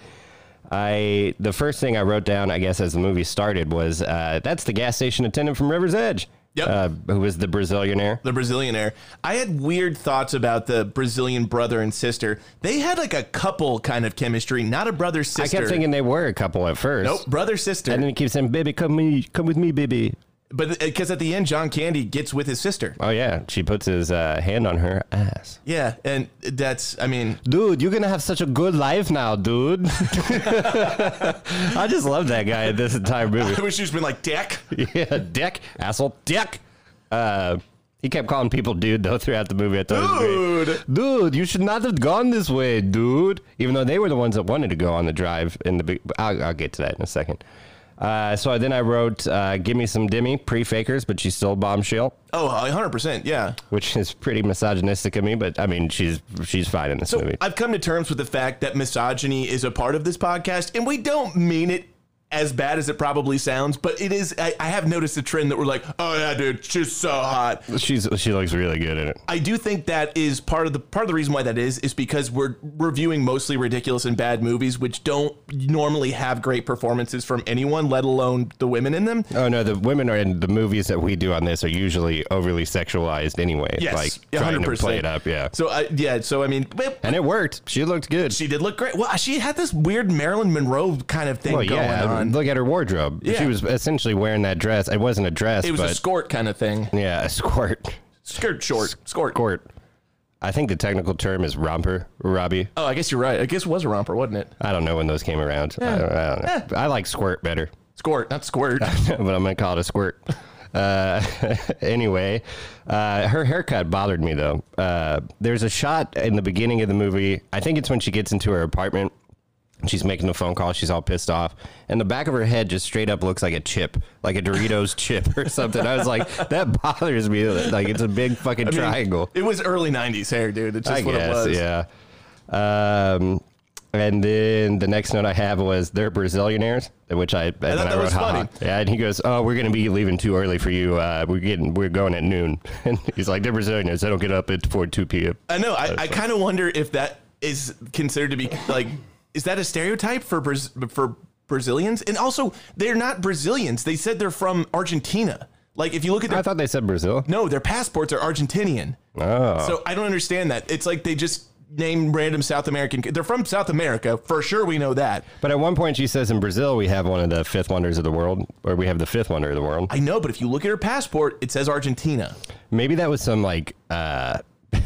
Speaker 1: I the first thing I wrote down, I guess, as the movie started was uh, that's the gas station attendant from River's Edge,
Speaker 2: Yep.
Speaker 1: uh, who was the Brazilianaire.
Speaker 2: the Brazilian air. I had weird thoughts about the Brazilian brother and sister. They had like a couple kind of chemistry, not a brother
Speaker 1: I
Speaker 2: sister.
Speaker 1: kept thinking they were a couple at first.
Speaker 2: nope, brother sister.
Speaker 1: And then he keeps saying, "Baby, come me, come with me, baby."
Speaker 2: but because at the end, John Candy gets with his sister.
Speaker 1: Oh yeah, she puts his uh, hand on her ass.
Speaker 2: Yeah, and that's I mean,
Speaker 1: Dude, you're gonna have such a good life now, dude. I just love that guy in this entire movie.
Speaker 2: I wish he's been like Dick.
Speaker 1: Yeah, dick, asshole, dick. Uh, he kept calling people dude though throughout the movie. I thought it was great. dude, you should not have gone this way, dude. Even though they were the ones that wanted to go on the drive in the. big- I'll, I'll get to that in a second. Uh, so then I wrote, uh, "Give me some Demi pre-fakers," but she's still a bombshell,
Speaker 2: Oh, 100 percent. Yeah.
Speaker 1: which is pretty misogynistic of me. But I mean, she's she's fine in this
Speaker 2: So
Speaker 1: movie.
Speaker 2: I've come to terms with the fact that misogyny is a part of this podcast, and we don't mean it as bad as it probably sounds, but it is. I, I have noticed a trend that we're like, oh yeah, dude, she's so hot.
Speaker 1: she's she looks really good in it.
Speaker 2: I do think that is part of the part of the reason why that is is because we're reviewing mostly ridiculous and bad movies, which don't normally have great performances from anyone, let alone the women in them.
Speaker 1: Oh no, the women are in the movies that we do on this are usually overly sexualized anyway.
Speaker 2: Yes,
Speaker 1: like trying to
Speaker 2: 100%.
Speaker 1: play it up, yeah.
Speaker 2: So I, yeah, so I mean, but
Speaker 1: and it worked. She looked good.
Speaker 2: she did look great. Well, she had this weird Marilyn Monroe kind of thing
Speaker 1: well,
Speaker 2: going
Speaker 1: yeah.
Speaker 2: on.
Speaker 1: Look at her wardrobe.
Speaker 2: Yeah.
Speaker 1: She was essentially wearing that dress. It wasn't a dress,
Speaker 2: it was
Speaker 1: but
Speaker 2: a skirt kind of thing,
Speaker 1: yeah, a squirt.
Speaker 2: skirt short, skirt.
Speaker 1: Squirt. I think the technical term is romper, Robbie.
Speaker 2: Oh, I guess you're right. I guess it was a romper, wasn't it?
Speaker 1: I don't know when those came around. I, don't, I don't know. I like squirt better.
Speaker 2: Skirt, not squirt.
Speaker 1: but I'm gonna call it a squirt. Uh, anyway, uh, her haircut bothered me though. Uh, there's a shot in the beginning of the movie. I think it's when she gets into her apartment. She's making a phone call. She's all pissed off, and the back of her head just straight up looks like a chip, like a Doritos chip or something. I was like, that bothers me. Like it's a big fucking
Speaker 2: I mean,
Speaker 1: triangle.
Speaker 2: It was early '90s hair, dude. It's just
Speaker 1: I
Speaker 2: what
Speaker 1: guess,
Speaker 2: it was.
Speaker 1: yeah. Um, and then the next note I have was they're Brazilianaires, which I and then
Speaker 2: thought
Speaker 1: I
Speaker 2: that
Speaker 1: wrote
Speaker 2: was
Speaker 1: "Ha ha."
Speaker 2: funny.
Speaker 1: Yeah, and he goes, "Oh, we're gonna be leaving too early for you. Uh, we're getting we're going at noon." And he's like, "They're Brazilianaires. They don't get up at four two p.m."
Speaker 2: I know. I, I kind of wonder if that is considered to be like, is that a stereotype for Braz- for Brazilians? And also, they're not Brazilians. They said they're from Argentina. Like, if you look at
Speaker 1: I
Speaker 2: their
Speaker 1: thought they said Brazil.
Speaker 2: no, their passports are Argentinian.
Speaker 1: Oh,
Speaker 2: So I don't understand that. It's like they just name random South American. They're from South America for sure. We know that.
Speaker 1: but at one point she says, "In Brazil, we have one of the fifth wonders of the world, or we have the fifth wonder of the world."
Speaker 2: I know, but if you look at her passport, it says Argentina.
Speaker 1: Maybe that was some like uh,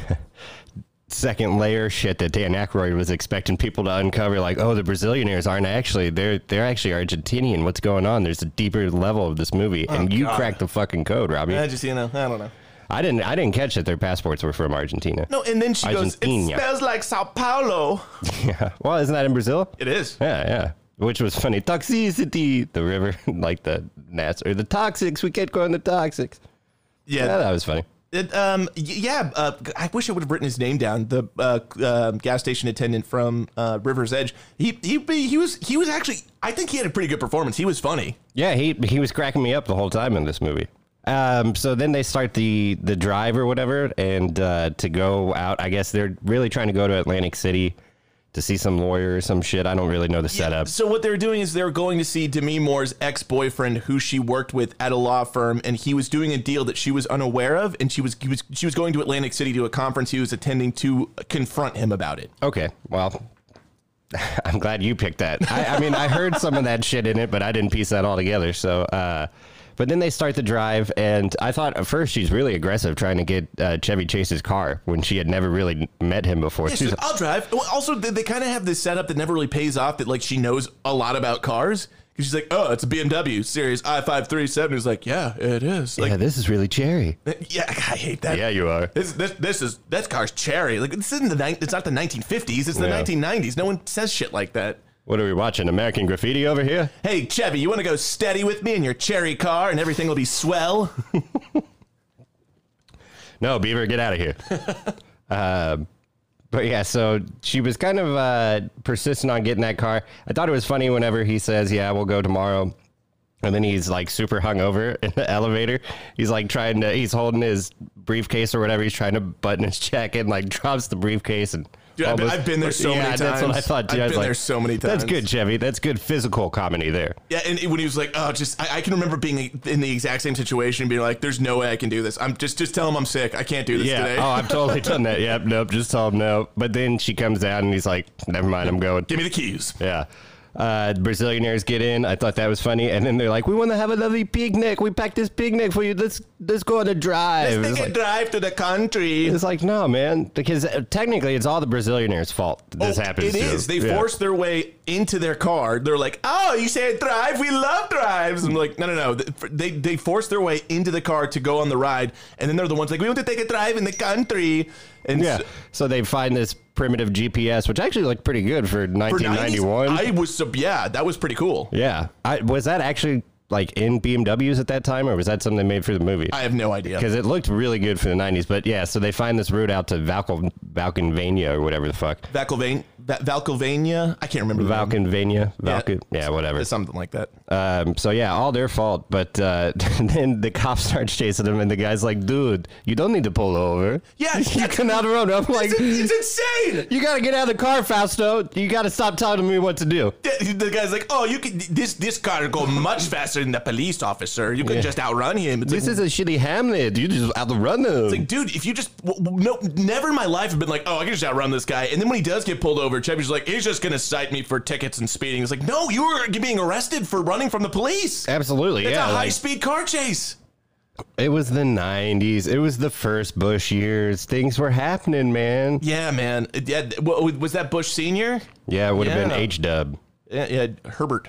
Speaker 1: second layer shit that Dan Aykroyd was expecting people to uncover. Like, oh, the Brazilianaires aren't actually they're they're actually Argentinian. What's going on? There's a deeper level of this movie, and you cracked the fucking code, Robbie.
Speaker 2: I just you know, I don't know.
Speaker 1: I didn't I didn't catch that their passports were from Argentina.
Speaker 2: No, and then she goes, "It
Speaker 1: Argentina.
Speaker 2: smells like Sao Paulo."
Speaker 1: Yeah. Well, isn't that in Brazil?
Speaker 2: It is.
Speaker 1: Yeah, yeah. Which was funny. Toxicity, the river, like the Nats or the toxics. We kept going the toxics. Yeah,
Speaker 2: Yeah.
Speaker 1: that was funny.
Speaker 2: It, um. y- Yeah. Uh, I wish I would have written his name down. The uh, uh, gas station attendant from uh, River's Edge. He he he was he was actually. I think he had a pretty good performance. He was funny.
Speaker 1: Yeah, he he was cracking me up the whole time in this movie. Um, so then they start the the drive or whatever, and uh, to go out. I guess they're really trying to go to Atlantic City to see some lawyer or some shit. I don't really know the setup.
Speaker 2: So what they're doing is they're going to see Demi Moore's ex-boyfriend, who she worked with at a law firm, and he was doing a deal that she was unaware of, and she was, he was she was going to Atlantic City to a conference he was attending to confront him about it.
Speaker 1: Okay, well, I'm glad you picked that. I, I mean, I heard some of that shit in it, but I didn't piece that all together. So, uh, but then they start the drive, and I thought at first she's really aggressive trying to get uh, Chevy Chase's car when she had never really met him before.
Speaker 2: Yeah,
Speaker 1: She's
Speaker 2: she's like, I'll drive. Well, Also, they, they kind of have this setup that never really pays off. That like she knows a lot about cars. 'Cause She's like, oh, it's a BMW Series i five three seven. He's like, yeah, it is.
Speaker 1: "Oh, yeah,
Speaker 2: Like,
Speaker 1: this is really cherry.
Speaker 2: yeah, I hate that.
Speaker 1: Yeah, you are.
Speaker 2: This, this this is this car's cherry. Like this isn't the ni- it's not the 1950s. It's the
Speaker 1: Yeah.
Speaker 2: 1990s. No one says shit like that.
Speaker 1: What are we watching? American Graffiti over here?
Speaker 2: Hey, Chevy, you want to go steady with me in your cherry car and everything will be swell?
Speaker 1: No, Beaver, get out of here. Um, but yeah, so she was kind of uh, persistent on getting that car. I thought it was funny whenever he says, "Yeah, we'll go tomorrow," and then he's like super hungover in the elevator. He's like trying to, he's holding his briefcase or whatever. He's trying to button his jacket, and like drops the briefcase and.
Speaker 2: Dude, I've been- I've been there so
Speaker 1: yeah,
Speaker 2: many
Speaker 1: that's what I
Speaker 2: times.
Speaker 1: thought. Too.
Speaker 2: I've
Speaker 1: I was
Speaker 2: been
Speaker 1: like,
Speaker 2: there so many
Speaker 1: That's
Speaker 2: times."
Speaker 1: good, Chevy. That's good physical comedy there.
Speaker 2: yeah, and when he was like, oh, just, I, I can remember being in the exact same situation and being like, there's no way I can do this. I'm just, just tell him I'm sick. I can't do this
Speaker 1: Yeah.
Speaker 2: today.
Speaker 1: Oh, I've totally done that. Yep. Nope. Just tell him no. But then she comes out and he's like, "Never mind. I'm going."
Speaker 2: Give me the keys.
Speaker 1: Yeah. Uh, Brazilianaires get in. I thought that was funny, and then they're like, "We want to have a lovely picnic. We packed this picnic for you. Let's let's go on a drive."
Speaker 2: Let's take
Speaker 1: It's
Speaker 2: a
Speaker 1: like,
Speaker 2: drive to the country.
Speaker 1: it's like, no, man, because uh, technically it's all the Brazilianaires' fault. that This
Speaker 2: Oh,
Speaker 1: happens.
Speaker 2: It
Speaker 1: to.
Speaker 2: is. They
Speaker 1: Yeah.
Speaker 2: forced their way into their car. They're like, "Oh, you said drive? We love drives." I'm like, "No, no, no." They they forced their way into the car to go on the ride, and then they're the ones like, "We want to take a drive in the country." And
Speaker 1: Yeah.
Speaker 2: s-
Speaker 1: So they find this primitive GPS, which actually looked pretty good for
Speaker 2: for 90s,
Speaker 1: 1991.
Speaker 2: I was sub- yeah, that was pretty cool.
Speaker 1: yeah. I, was that actually like in BMWs at that time, or was that something they made for the movie?
Speaker 2: I have no idea.
Speaker 1: because it looked really good for the 90s. But yeah, so they find this route out to Valkov- Valkenvania or whatever the fuck.
Speaker 2: Valkylvania, Valkylvania, I can't remember the name.
Speaker 1: Valkenvania,
Speaker 2: Yeah.
Speaker 1: Valken, yeah, whatever.
Speaker 2: something like that.
Speaker 1: Um, so yeah, all their fault. But uh, then the cop starts chasing them, and the guy's like, "Dude, you don't need to pull over.
Speaker 2: Yeah, yeah.
Speaker 1: you can out the road." I'm like,
Speaker 2: It's, it's insane.
Speaker 1: "You gotta get out of the car, Fausto. You gotta stop telling me what to do."
Speaker 2: The the guy's like, "Oh, you can this this car go much faster than the police officer. You can
Speaker 1: Yeah.
Speaker 2: just outrun him." It's like,
Speaker 1: This is a shitty Hamlet. You just out the run them.
Speaker 2: It's like, dude, if you just w- w- no, never in my life have been like, oh, I can just outrun this guy. And then when he does get pulled over, Chevy's like, he's just gonna cite me for tickets and speeding. It's like, no, you were being arrested for running from the police.
Speaker 1: Absolutely,
Speaker 2: It's
Speaker 1: yeah.
Speaker 2: a high
Speaker 1: like-
Speaker 2: speed car chase.
Speaker 1: it was the '90s. It was the first Bush years. Things were happening, man.
Speaker 2: Yeah, man. It- Yeah, th- wa- was that Bush Senior?
Speaker 1: Yeah, it would have
Speaker 2: Yeah.
Speaker 1: been H Dub.
Speaker 2: Yeah, yeah, Herbert.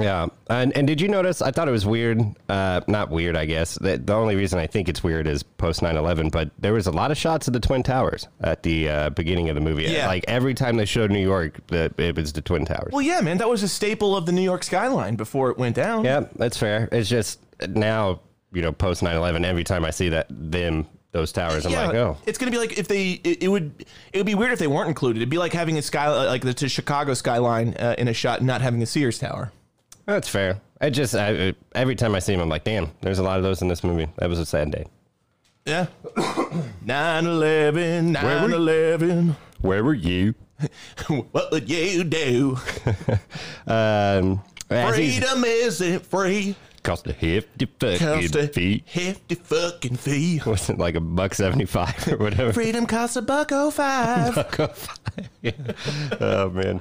Speaker 1: Yeah, and and did you notice? I thought it was weird. Uh, not weird, I guess. The, the only reason I think it's weird is post 9-11, But there was a lot of shots of the twin towers at the uh, beginning of the movie.
Speaker 2: Yeah.
Speaker 1: like every time they showed New York, the, it was the twin towers.
Speaker 2: Well, yeah, man, that was a staple of the New York skyline before it went down.
Speaker 1: yeah, that's fair. It's just uh, now, you know, post 9-11, Every time I see that them those towers, I'm
Speaker 2: Yeah,
Speaker 1: like, oh,
Speaker 2: it's gonna be like if they it, it would it would be weird if they weren't included. It'd be like having a sky uh, like the to Chicago skyline uh, in a shot, and not having a Sears Tower.
Speaker 1: that's fair. I just I, every time I see them, I'm like, damn, there's a lot of those in this movie. That was a sad day.
Speaker 2: Yeah. 9 11,
Speaker 1: Where
Speaker 2: 9
Speaker 1: were-
Speaker 2: 11.
Speaker 1: Where were you?
Speaker 2: What would you do?
Speaker 1: Um, as he's-
Speaker 2: Freedom isn't free.
Speaker 1: Cost a hefty
Speaker 2: Cost
Speaker 1: fucking
Speaker 2: a
Speaker 1: fee.
Speaker 2: hefty fucking fee.
Speaker 1: Was it like a buck seventy five or whatever?
Speaker 2: Freedom costs a buck oh five.
Speaker 1: oh man.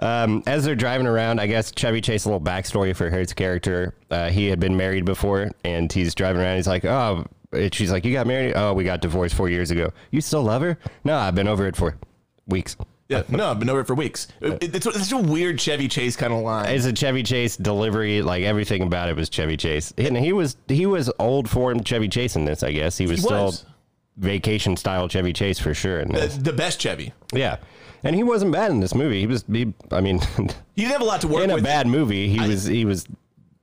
Speaker 1: Um, as they're driving around, I guess Chevy Chase a little backstory for his character. Uh, he had been married before, and he's driving around. He's like, "Oh, And she's like, "You got married? Oh, we got divorced four years ago. You still love her? No, I've been over it for weeks."
Speaker 2: Yeah, no, I've been over it for weeks. It- It's, it's a weird Chevy Chase kind of line.
Speaker 1: It's a Chevy Chase delivery. Like everything about it was Chevy Chase, and he was he was old form Chevy Chase in this. I guess he was
Speaker 2: He
Speaker 1: still
Speaker 2: was.
Speaker 1: vacation style Chevy Chase for sure. In
Speaker 2: the,
Speaker 1: this.
Speaker 2: the best Chevy.
Speaker 1: yeah, and he wasn't bad in this movie. He was, he, I mean,
Speaker 2: He didn't have a lot to work
Speaker 1: in a
Speaker 2: with.
Speaker 1: bad movie, he was he was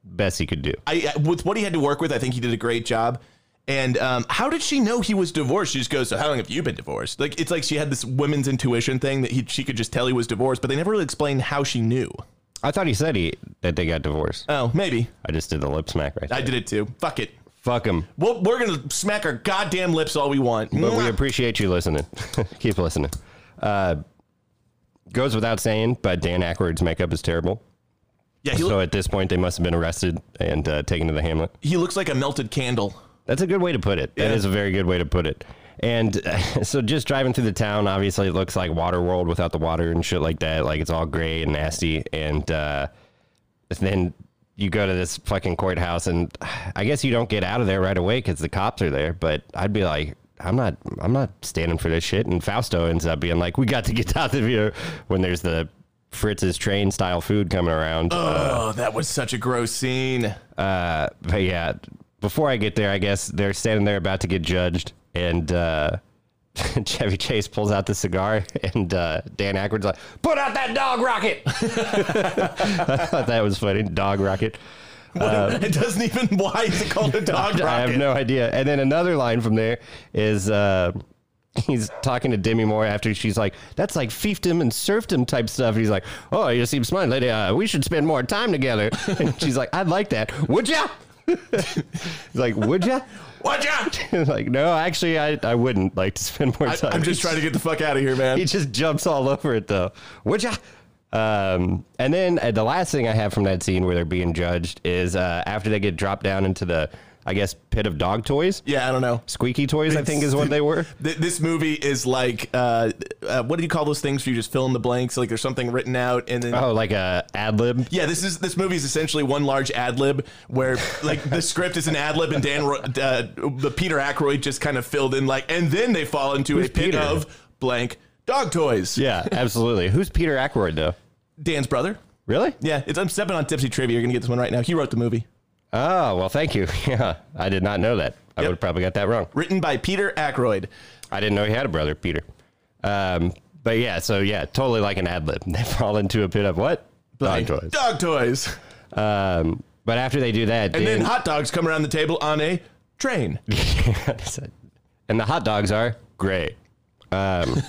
Speaker 1: best he could do.
Speaker 2: I, I- with what he had to work with, I think he did a great job. And um, how did she know he was divorced? She just goes, "So how long have you been divorced?" Like it's like she had this women's intuition thing that he, she could just tell he was divorced, but they never really explained how she knew.
Speaker 1: I thought he said he that they got divorced.
Speaker 2: Oh, maybe
Speaker 1: I just did the lip smack right.
Speaker 2: I
Speaker 1: there.
Speaker 2: did it too. Fuck it.
Speaker 1: Fuck him.
Speaker 2: Well, we're gonna smack our goddamn lips all we want.
Speaker 1: But we
Speaker 2: Mwah.
Speaker 1: appreciate you listening. Keep listening. Uh, goes without saying, but Dan Aykroyd's makeup is terrible.
Speaker 2: yeah, he,
Speaker 1: so
Speaker 2: look,
Speaker 1: at this point, they must have been arrested and uh, taken to the Hamlet.
Speaker 2: he looks like a melted candle.
Speaker 1: That's a good way to put it. That
Speaker 2: Yeah.
Speaker 1: is a very good way to put it. And uh, so just driving through the town, obviously, it looks like Waterworld without the water and shit like that. Like it's all gray and nasty. And uh, then you go to this fucking courthouse, and I guess you don't get out of there right away because the cops are there. But I'd be like, I'm not, I'm not standing for this shit. And Fausto ends up being like, we got to get out of here when there's the Fritz's train style food coming around.
Speaker 2: Oh, that was such a gross scene.
Speaker 1: Uh, but yeah, before I get there, I guess they're standing there about to get judged, and uh, Chevy Chase pulls out the cigar, and uh, Dan Aykroyd's like, "Put out that dog rocket." I thought that was funny, dog rocket.
Speaker 2: What- it doesn't even. Why is it called a dog rocket?
Speaker 1: Uh, I have no idea. And then another line from there is. Uh, He's talking to Demi Moore after she's like, "That's like fiefdom and serfdom type stuff." He's like, "Oh, you seem smart, lady. Uh, we should spend more time together." And she's like, "I'd like that. Would ya?" He's like, "Would ya?"
Speaker 2: Watch out!
Speaker 1: like, no, actually, I, I wouldn't like to spend more
Speaker 2: I,
Speaker 1: time.
Speaker 2: I'm just trying to get the fuck out of here, man.
Speaker 1: He just jumps all over it though. Would ya? Um, and then uh, the last thing I have from that scene where they're being judged is uh, after they get dropped down into the, I guess, pit of dog toys,
Speaker 2: yeah, I don't know.
Speaker 1: squeaky toys. I think is what they were.
Speaker 2: Th- This movie is like, uh, uh, what do you call those things where you just fill in the blanks? Like there's something written out, and then
Speaker 1: Oh, like a ad lib.
Speaker 2: yeah, this is this movie is essentially one large ad lib where like the script is an ad lib, and Dan, Ro- uh, the Peter Aykroyd just kind of filled in like, and then they fall into
Speaker 1: Who's
Speaker 2: a pit
Speaker 1: Peter?
Speaker 2: of blank dog toys.
Speaker 1: Yeah, absolutely. Who's Peter Ackroyd though?
Speaker 2: Dan's brother.
Speaker 1: Really?
Speaker 2: Yeah, it's, I'm stepping on tipsy trivia. You're gonna get this one right now. He wrote the movie,
Speaker 1: Oh well, thank you. Yeah, I did not know that. I
Speaker 2: Yep.
Speaker 1: would have probably got that wrong.
Speaker 2: written by Peter Aykroyd.
Speaker 1: I didn't know he had a brother, Peter. Um, but yeah, so yeah, totally like an ad lib. They fall into a pit of what? Dog
Speaker 2: Blank
Speaker 1: toys.
Speaker 2: Dog toys.
Speaker 1: Um, but after they do that,
Speaker 2: And
Speaker 1: Dan-
Speaker 2: then hot dogs come around the table on a train.
Speaker 1: and the hot dogs are great. Um,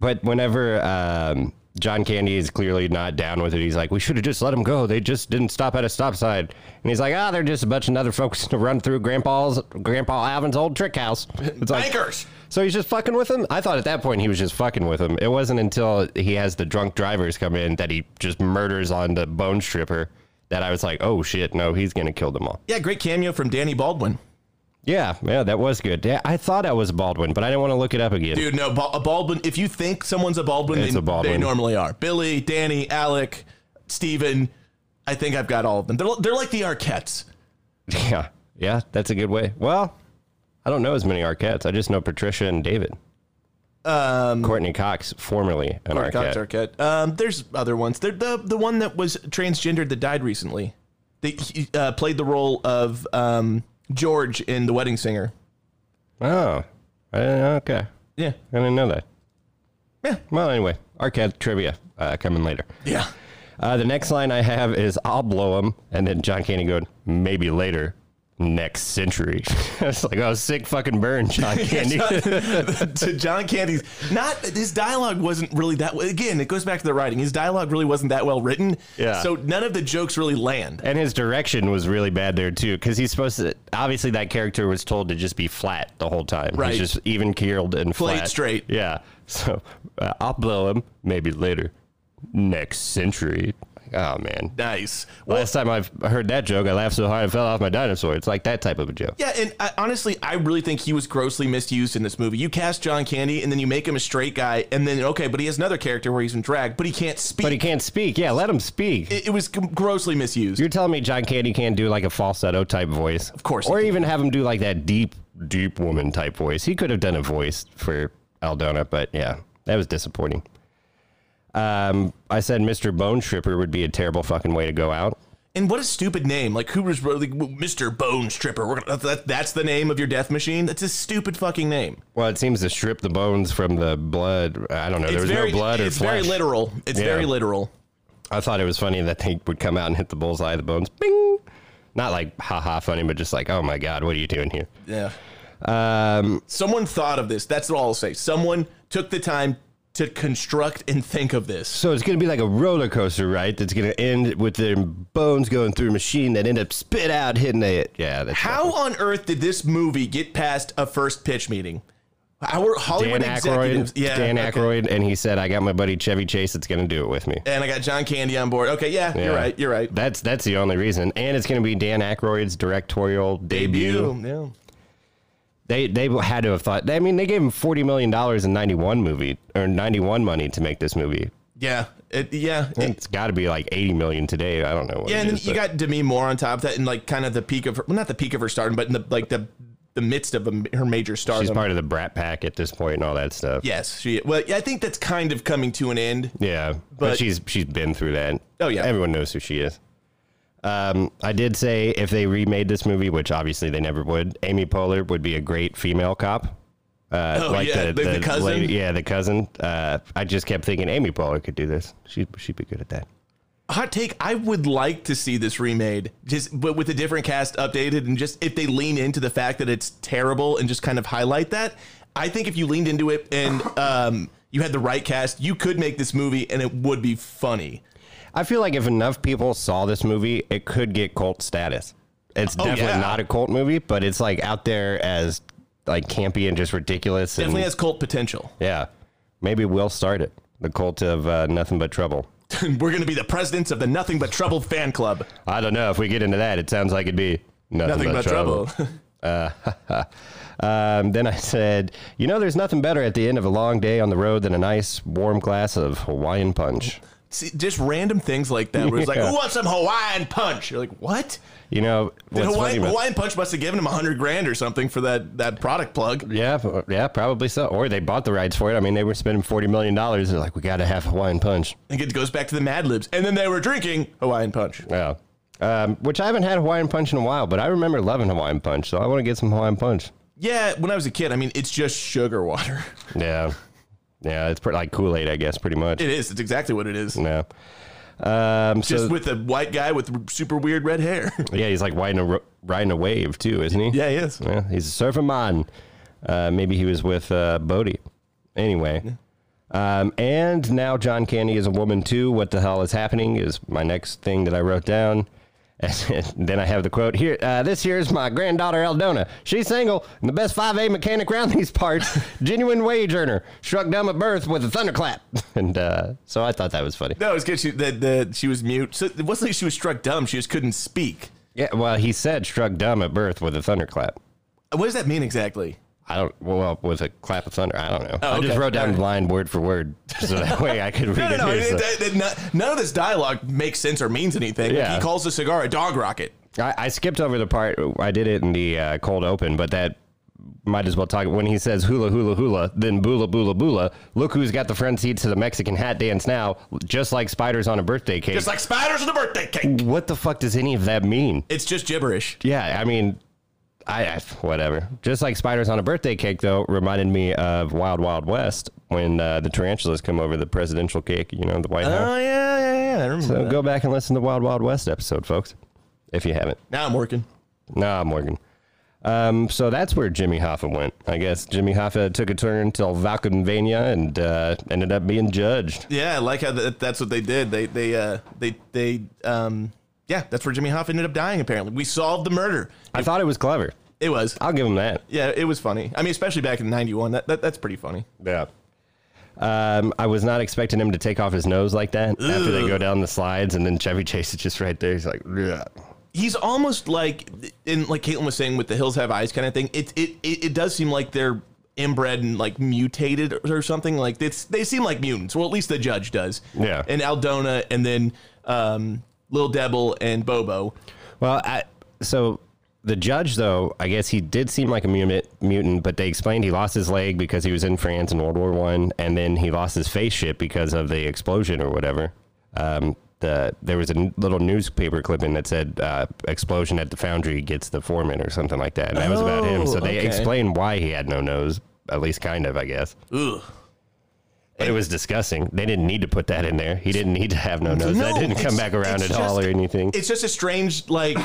Speaker 1: but whenever um, John Candy is clearly not down with it, he's like, "We should have just let them go. They just didn't stop at a stop sign." And he's like, "Ah, they're just a bunch of other folks to run through Grandpa's Grandpa Alvin's old trick house." It's like,
Speaker 2: Bankers.
Speaker 1: so he's just fucking with him. I thought at that point he was just fucking with him. It wasn't until he has the drunk drivers come in that he just murders on the bone stripper that I was like, "Oh shit, no, he's gonna kill them all."
Speaker 2: Yeah, great cameo from Danny Baldwin.
Speaker 1: Yeah, yeah, that was good. Yeah, I thought I was Baldwin, but I didn't want to look it up again.
Speaker 2: Dude, no, Bal- a Baldwin. If you think someone's a Baldwin,
Speaker 1: It's
Speaker 2: they,
Speaker 1: a Baldwin.
Speaker 2: they normally are. Billy, Danny, Alec, Steven. I think I've got all of them. They're, they're like the Arquettes.
Speaker 1: Yeah, yeah, that's a good way. Well, I don't know as many Arquettes. I just know Patricia and David. Um, Courtney Cox, formerly an Arquette.
Speaker 2: Cox Arquette. Um, there's other ones. They're the the one that was transgendered that died recently. They he, uh, played the role of um, George in The Wedding Singer.
Speaker 1: Oh, I didn't- okay.
Speaker 2: Yeah,
Speaker 1: I didn't know that. Yeah. Well, anyway, Arquette trivia uh, coming later.
Speaker 2: yeah.
Speaker 1: Uh, the next line I have is "I'll blow him," and then John Candy going, "Maybe later." Next century. it's like, oh, sick fucking burn, John Candy.
Speaker 2: to John Candy's not his dialogue wasn't really that again it goes back to the writing his dialogue really wasn't that well written
Speaker 1: Yeah.
Speaker 2: so none of the jokes really land
Speaker 1: And his direction was really bad there too, because he's supposed to. Obviously, that character was told to just be flat the whole time.
Speaker 2: Right.
Speaker 1: He's just even keeled and
Speaker 2: Played
Speaker 1: flat.
Speaker 2: straight.
Speaker 1: Yeah. So uh, I'll blow him maybe later, next century. Oh man.
Speaker 2: Nice. Well,
Speaker 1: Last time I've heard that joke, I laughed so hard I fell off my dinosaur. It's like that type of a joke.
Speaker 2: yeah, and I, honestly, I really think he was grossly misused in this movie. You cast John Candy, and then you make him a straight guy, and then okay, but he has another character where he's in drag, but he can't speak.
Speaker 1: But he can't speak. Yeah, let him speak.
Speaker 2: it, it was com- grossly misused.
Speaker 1: You're telling me John Candy can't do like a falsetto type voice? Of
Speaker 2: course he
Speaker 1: Or even have him do like that deep, deep woman type voice. He could have done a voice for Aldona, but yeah, that was disappointing. Um, I said Mr. Bone Stripper would be a terrible fucking way to go out.
Speaker 2: And what a stupid name! Like who was really Mr. Bone Stripper? We're gonna, that, that's the name of your death machine. That's a stupid fucking name.
Speaker 1: Well, it seems to strip the bones from the blood. I don't know. There
Speaker 2: it's
Speaker 1: was
Speaker 2: very
Speaker 1: no blood or
Speaker 2: It's
Speaker 1: flesh.
Speaker 2: very literal. It's
Speaker 1: Yeah.
Speaker 2: very literal.
Speaker 1: I thought it was funny that they would come out and hit the bullseye of the bones. Bing! Not like haha funny, but just like, oh my God, what are you doing here?
Speaker 2: Yeah.
Speaker 1: Um,
Speaker 2: Someone thought of this. That's what I'll say. Someone took the time to construct and think of this.
Speaker 1: So it's going to be like a roller coaster, right? That's going to end with their bones going through a machine that end up spit out hitting it. Yeah, that's
Speaker 2: How on earth did this movie get past a first pitch meeting? Our
Speaker 1: Dan
Speaker 2: Hollywood
Speaker 1: Aykroyd.
Speaker 2: executives, yeah,
Speaker 1: Dan
Speaker 2: okay.
Speaker 1: Aykroyd, and he said, "I got my buddy Chevy Chase that's going to do it with me."
Speaker 2: and I got John Candy on board. Okay, yeah,
Speaker 1: Yeah.
Speaker 2: you're right. You're right.
Speaker 1: That's that's the only reason, and it's going to be Dan Aykroyd's directorial debut.
Speaker 2: Yeah.
Speaker 1: They they had to have thought. I mean, they gave him forty million dollars in ninety one movie or ninety one money to make this movie.
Speaker 2: Yeah. It, yeah. It-
Speaker 1: It's got to be like eighty million today. I don't know. What
Speaker 2: Yeah,
Speaker 1: it
Speaker 2: and then
Speaker 1: is,
Speaker 2: you
Speaker 1: but-
Speaker 2: got Demi Moore on top of that, and like kind of the peak of her, well, not the peak of her stardom, but in the like the the midst of a, her major stardom.
Speaker 1: She's part of the Brat Pack at this point and all that stuff.
Speaker 2: yes, she. Well, yeah, I think that's kind of coming to an end.
Speaker 1: Yeah, but,
Speaker 2: But-
Speaker 1: she's she's been through that.
Speaker 2: Oh, yeah.
Speaker 1: everyone knows who she is. Um, I did say if they remade this movie, which obviously they never would, Amy Poehler would be a great female cop. Uh,
Speaker 2: Oh, yeah, the- the cousin?
Speaker 1: yeah, the cousin. Uh, I just kept thinking Amy Poehler could do this. She she'd be good at that.
Speaker 2: Hot take: I would like to see this remade, just but with a different cast, updated, and just if they lean into the fact that it's terrible and just kind of highlight that. I think if you leaned into it and um, you had the right cast, you could make this movie and it would be funny.
Speaker 1: I feel like if enough people saw this movie, it could get cult status. It's
Speaker 2: Oh,
Speaker 1: definitely
Speaker 2: yeah.
Speaker 1: not a cult movie, but it's like out there as like campy and just ridiculous. and-
Speaker 2: Definitely has cult potential.
Speaker 1: Yeah. Maybe we'll start it. The cult of uh, nothing but trouble.
Speaker 2: We're going to be the presidents of the Nothing But Trouble fan club.
Speaker 1: I don't know. If we get into that, it sounds like it'd be
Speaker 2: Nothing
Speaker 1: nothing, but,
Speaker 2: but
Speaker 1: trouble.
Speaker 2: trouble.
Speaker 1: um, then I said, you know, there's nothing better at the end of a long day on the road than a nice warm glass of Hawaiian punch.
Speaker 2: See, just random things like that. Where it's
Speaker 1: Yeah.
Speaker 2: like, who wants some Hawaiian punch? You're like, what?
Speaker 1: You know,
Speaker 2: Did
Speaker 1: what's funny
Speaker 2: Hawaiian,
Speaker 1: about-
Speaker 2: Hawaiian punch must have given him a hundred grand or something for that that product plug.
Speaker 1: Yeah, p- yeah, probably so. Or they bought the rights for it. I mean, they were spending forty million dollars. They're like, we got to have Hawaiian punch.
Speaker 2: And it goes back to the Mad Libs, and then they were drinking Hawaiian punch.
Speaker 1: Yeah, um, which I haven't had Hawaiian punch in a while, but I remember loving Hawaiian punch, so I want to get some Hawaiian punch.
Speaker 2: Yeah, when I was a kid, I mean, it's just sugar water.
Speaker 1: Yeah, yeah, it's pretty like Kool Aid, I guess, pretty much.
Speaker 2: It is. It's exactly what it is.
Speaker 1: No. Um,
Speaker 2: Just
Speaker 1: so
Speaker 2: with a white guy with super weird red hair.
Speaker 1: yeah, he's like riding a ro- riding a wave too, isn't he?
Speaker 2: yeah, he is.
Speaker 1: Yeah, he's a surfing man. Uh, maybe he was with uh, Bodie. Anyway, um, and now John Candy is a woman too. What the hell is happening? Is my next thing that I wrote down. And then I have the quote here. Uh, this here is my granddaughter Eldona. She's single and the best 5A mechanic around these parts. Genuine wage earner. Struck dumb at birth with a thunderclap. And uh, so I thought that was funny.
Speaker 2: No, it's good. She that that she was mute. So it wasn't like she was struck dumb. She just couldn't speak.
Speaker 1: Yeah, well, he said struck dumb at birth with a thunderclap.
Speaker 2: Uh, What does that mean exactly?
Speaker 1: I don't. Well, with a clap of thunder, I don't know.
Speaker 2: Oh,
Speaker 1: I just
Speaker 2: okay.
Speaker 1: wrote down
Speaker 2: Alright.
Speaker 1: line word for word, so that way I could read
Speaker 2: No, no,
Speaker 1: it.
Speaker 2: no.
Speaker 1: here,
Speaker 2: it-
Speaker 1: so-
Speaker 2: it- it- not- none of this dialogue makes sense or means anything. Like,
Speaker 1: Yeah.
Speaker 2: he calls the cigar a dog rocket.
Speaker 1: I, I skipped over the part. I did it in the uh, cold open, but that might as well talk. When he says hula hula hula, then bula bula bula. Look who's got the front seats to the Mexican hat dance now, just like spiders on a birthday cake.
Speaker 2: It's like spiders on a birthday cake.
Speaker 1: what the fuck does any of that mean?
Speaker 2: It's just gibberish.
Speaker 1: Yeah, I mean, I, I whatever. Just like spiders on a birthday cake, though, reminded me of Wild Wild West when uh, the tarantulas come over the presidential cake. You know, the White House.
Speaker 2: Oh yeah, yeah, yeah. I remember
Speaker 1: So
Speaker 2: that.
Speaker 1: go back and listen to Wild Wild West episode, folks, if you haven't.
Speaker 2: Now I'm working.
Speaker 1: Nah, Morgan. Um, so that's where Jimmy Hoffa went. I guess Jimmy Hoffa took a turn till Valkenvania and uh, ended up being judged.
Speaker 2: Yeah, I like how that, that's what they did. They they uh they they um yeah, that's where Jimmy Hoff ended up dying. Apparently, we solved the murder.
Speaker 1: I thought it was clever.
Speaker 2: It was
Speaker 1: I'll give him that.
Speaker 2: yeah, it was funny. I mean, especially back in '91. That, that that's pretty funny.
Speaker 1: Yeah. Um, I was not expecting him to take off his nose like that after they go down the slides, and then Chevy Chase is just right there. He's like, "Bleh."
Speaker 2: he's almost like and like Caitlin was saying with the Hills Have Eyes kind of thing. It it it, it does seem like they're inbred and like mutated or something. Like it's they seem like mutants. Well, at least the judge does.
Speaker 1: Yeah.
Speaker 2: And Aldona and then um, Lil Devil and Bobo.
Speaker 1: Well, I, so the judge, though, I guess he did seem like a mutant, mutant, but they explained he lost his leg because he was in France in World War One, and then he lost his spaceship because of the explosion or whatever. Um, the there was a n- little newspaper clipping that said uh, explosion at the foundry gets the foreman or something like that, and that was about him. So
Speaker 2: Oh,
Speaker 1: they
Speaker 2: okay.
Speaker 1: explained why he had no nose, at least kind of, I guess.
Speaker 2: Ugh.
Speaker 1: But it was disgusting. They didn't need to put that in there. He didn't need to have no nose.
Speaker 2: No,
Speaker 1: that didn't
Speaker 2: it's-
Speaker 1: come back around at
Speaker 2: it's
Speaker 1: all or
Speaker 2: just-
Speaker 1: anything.
Speaker 2: It's just a strange like.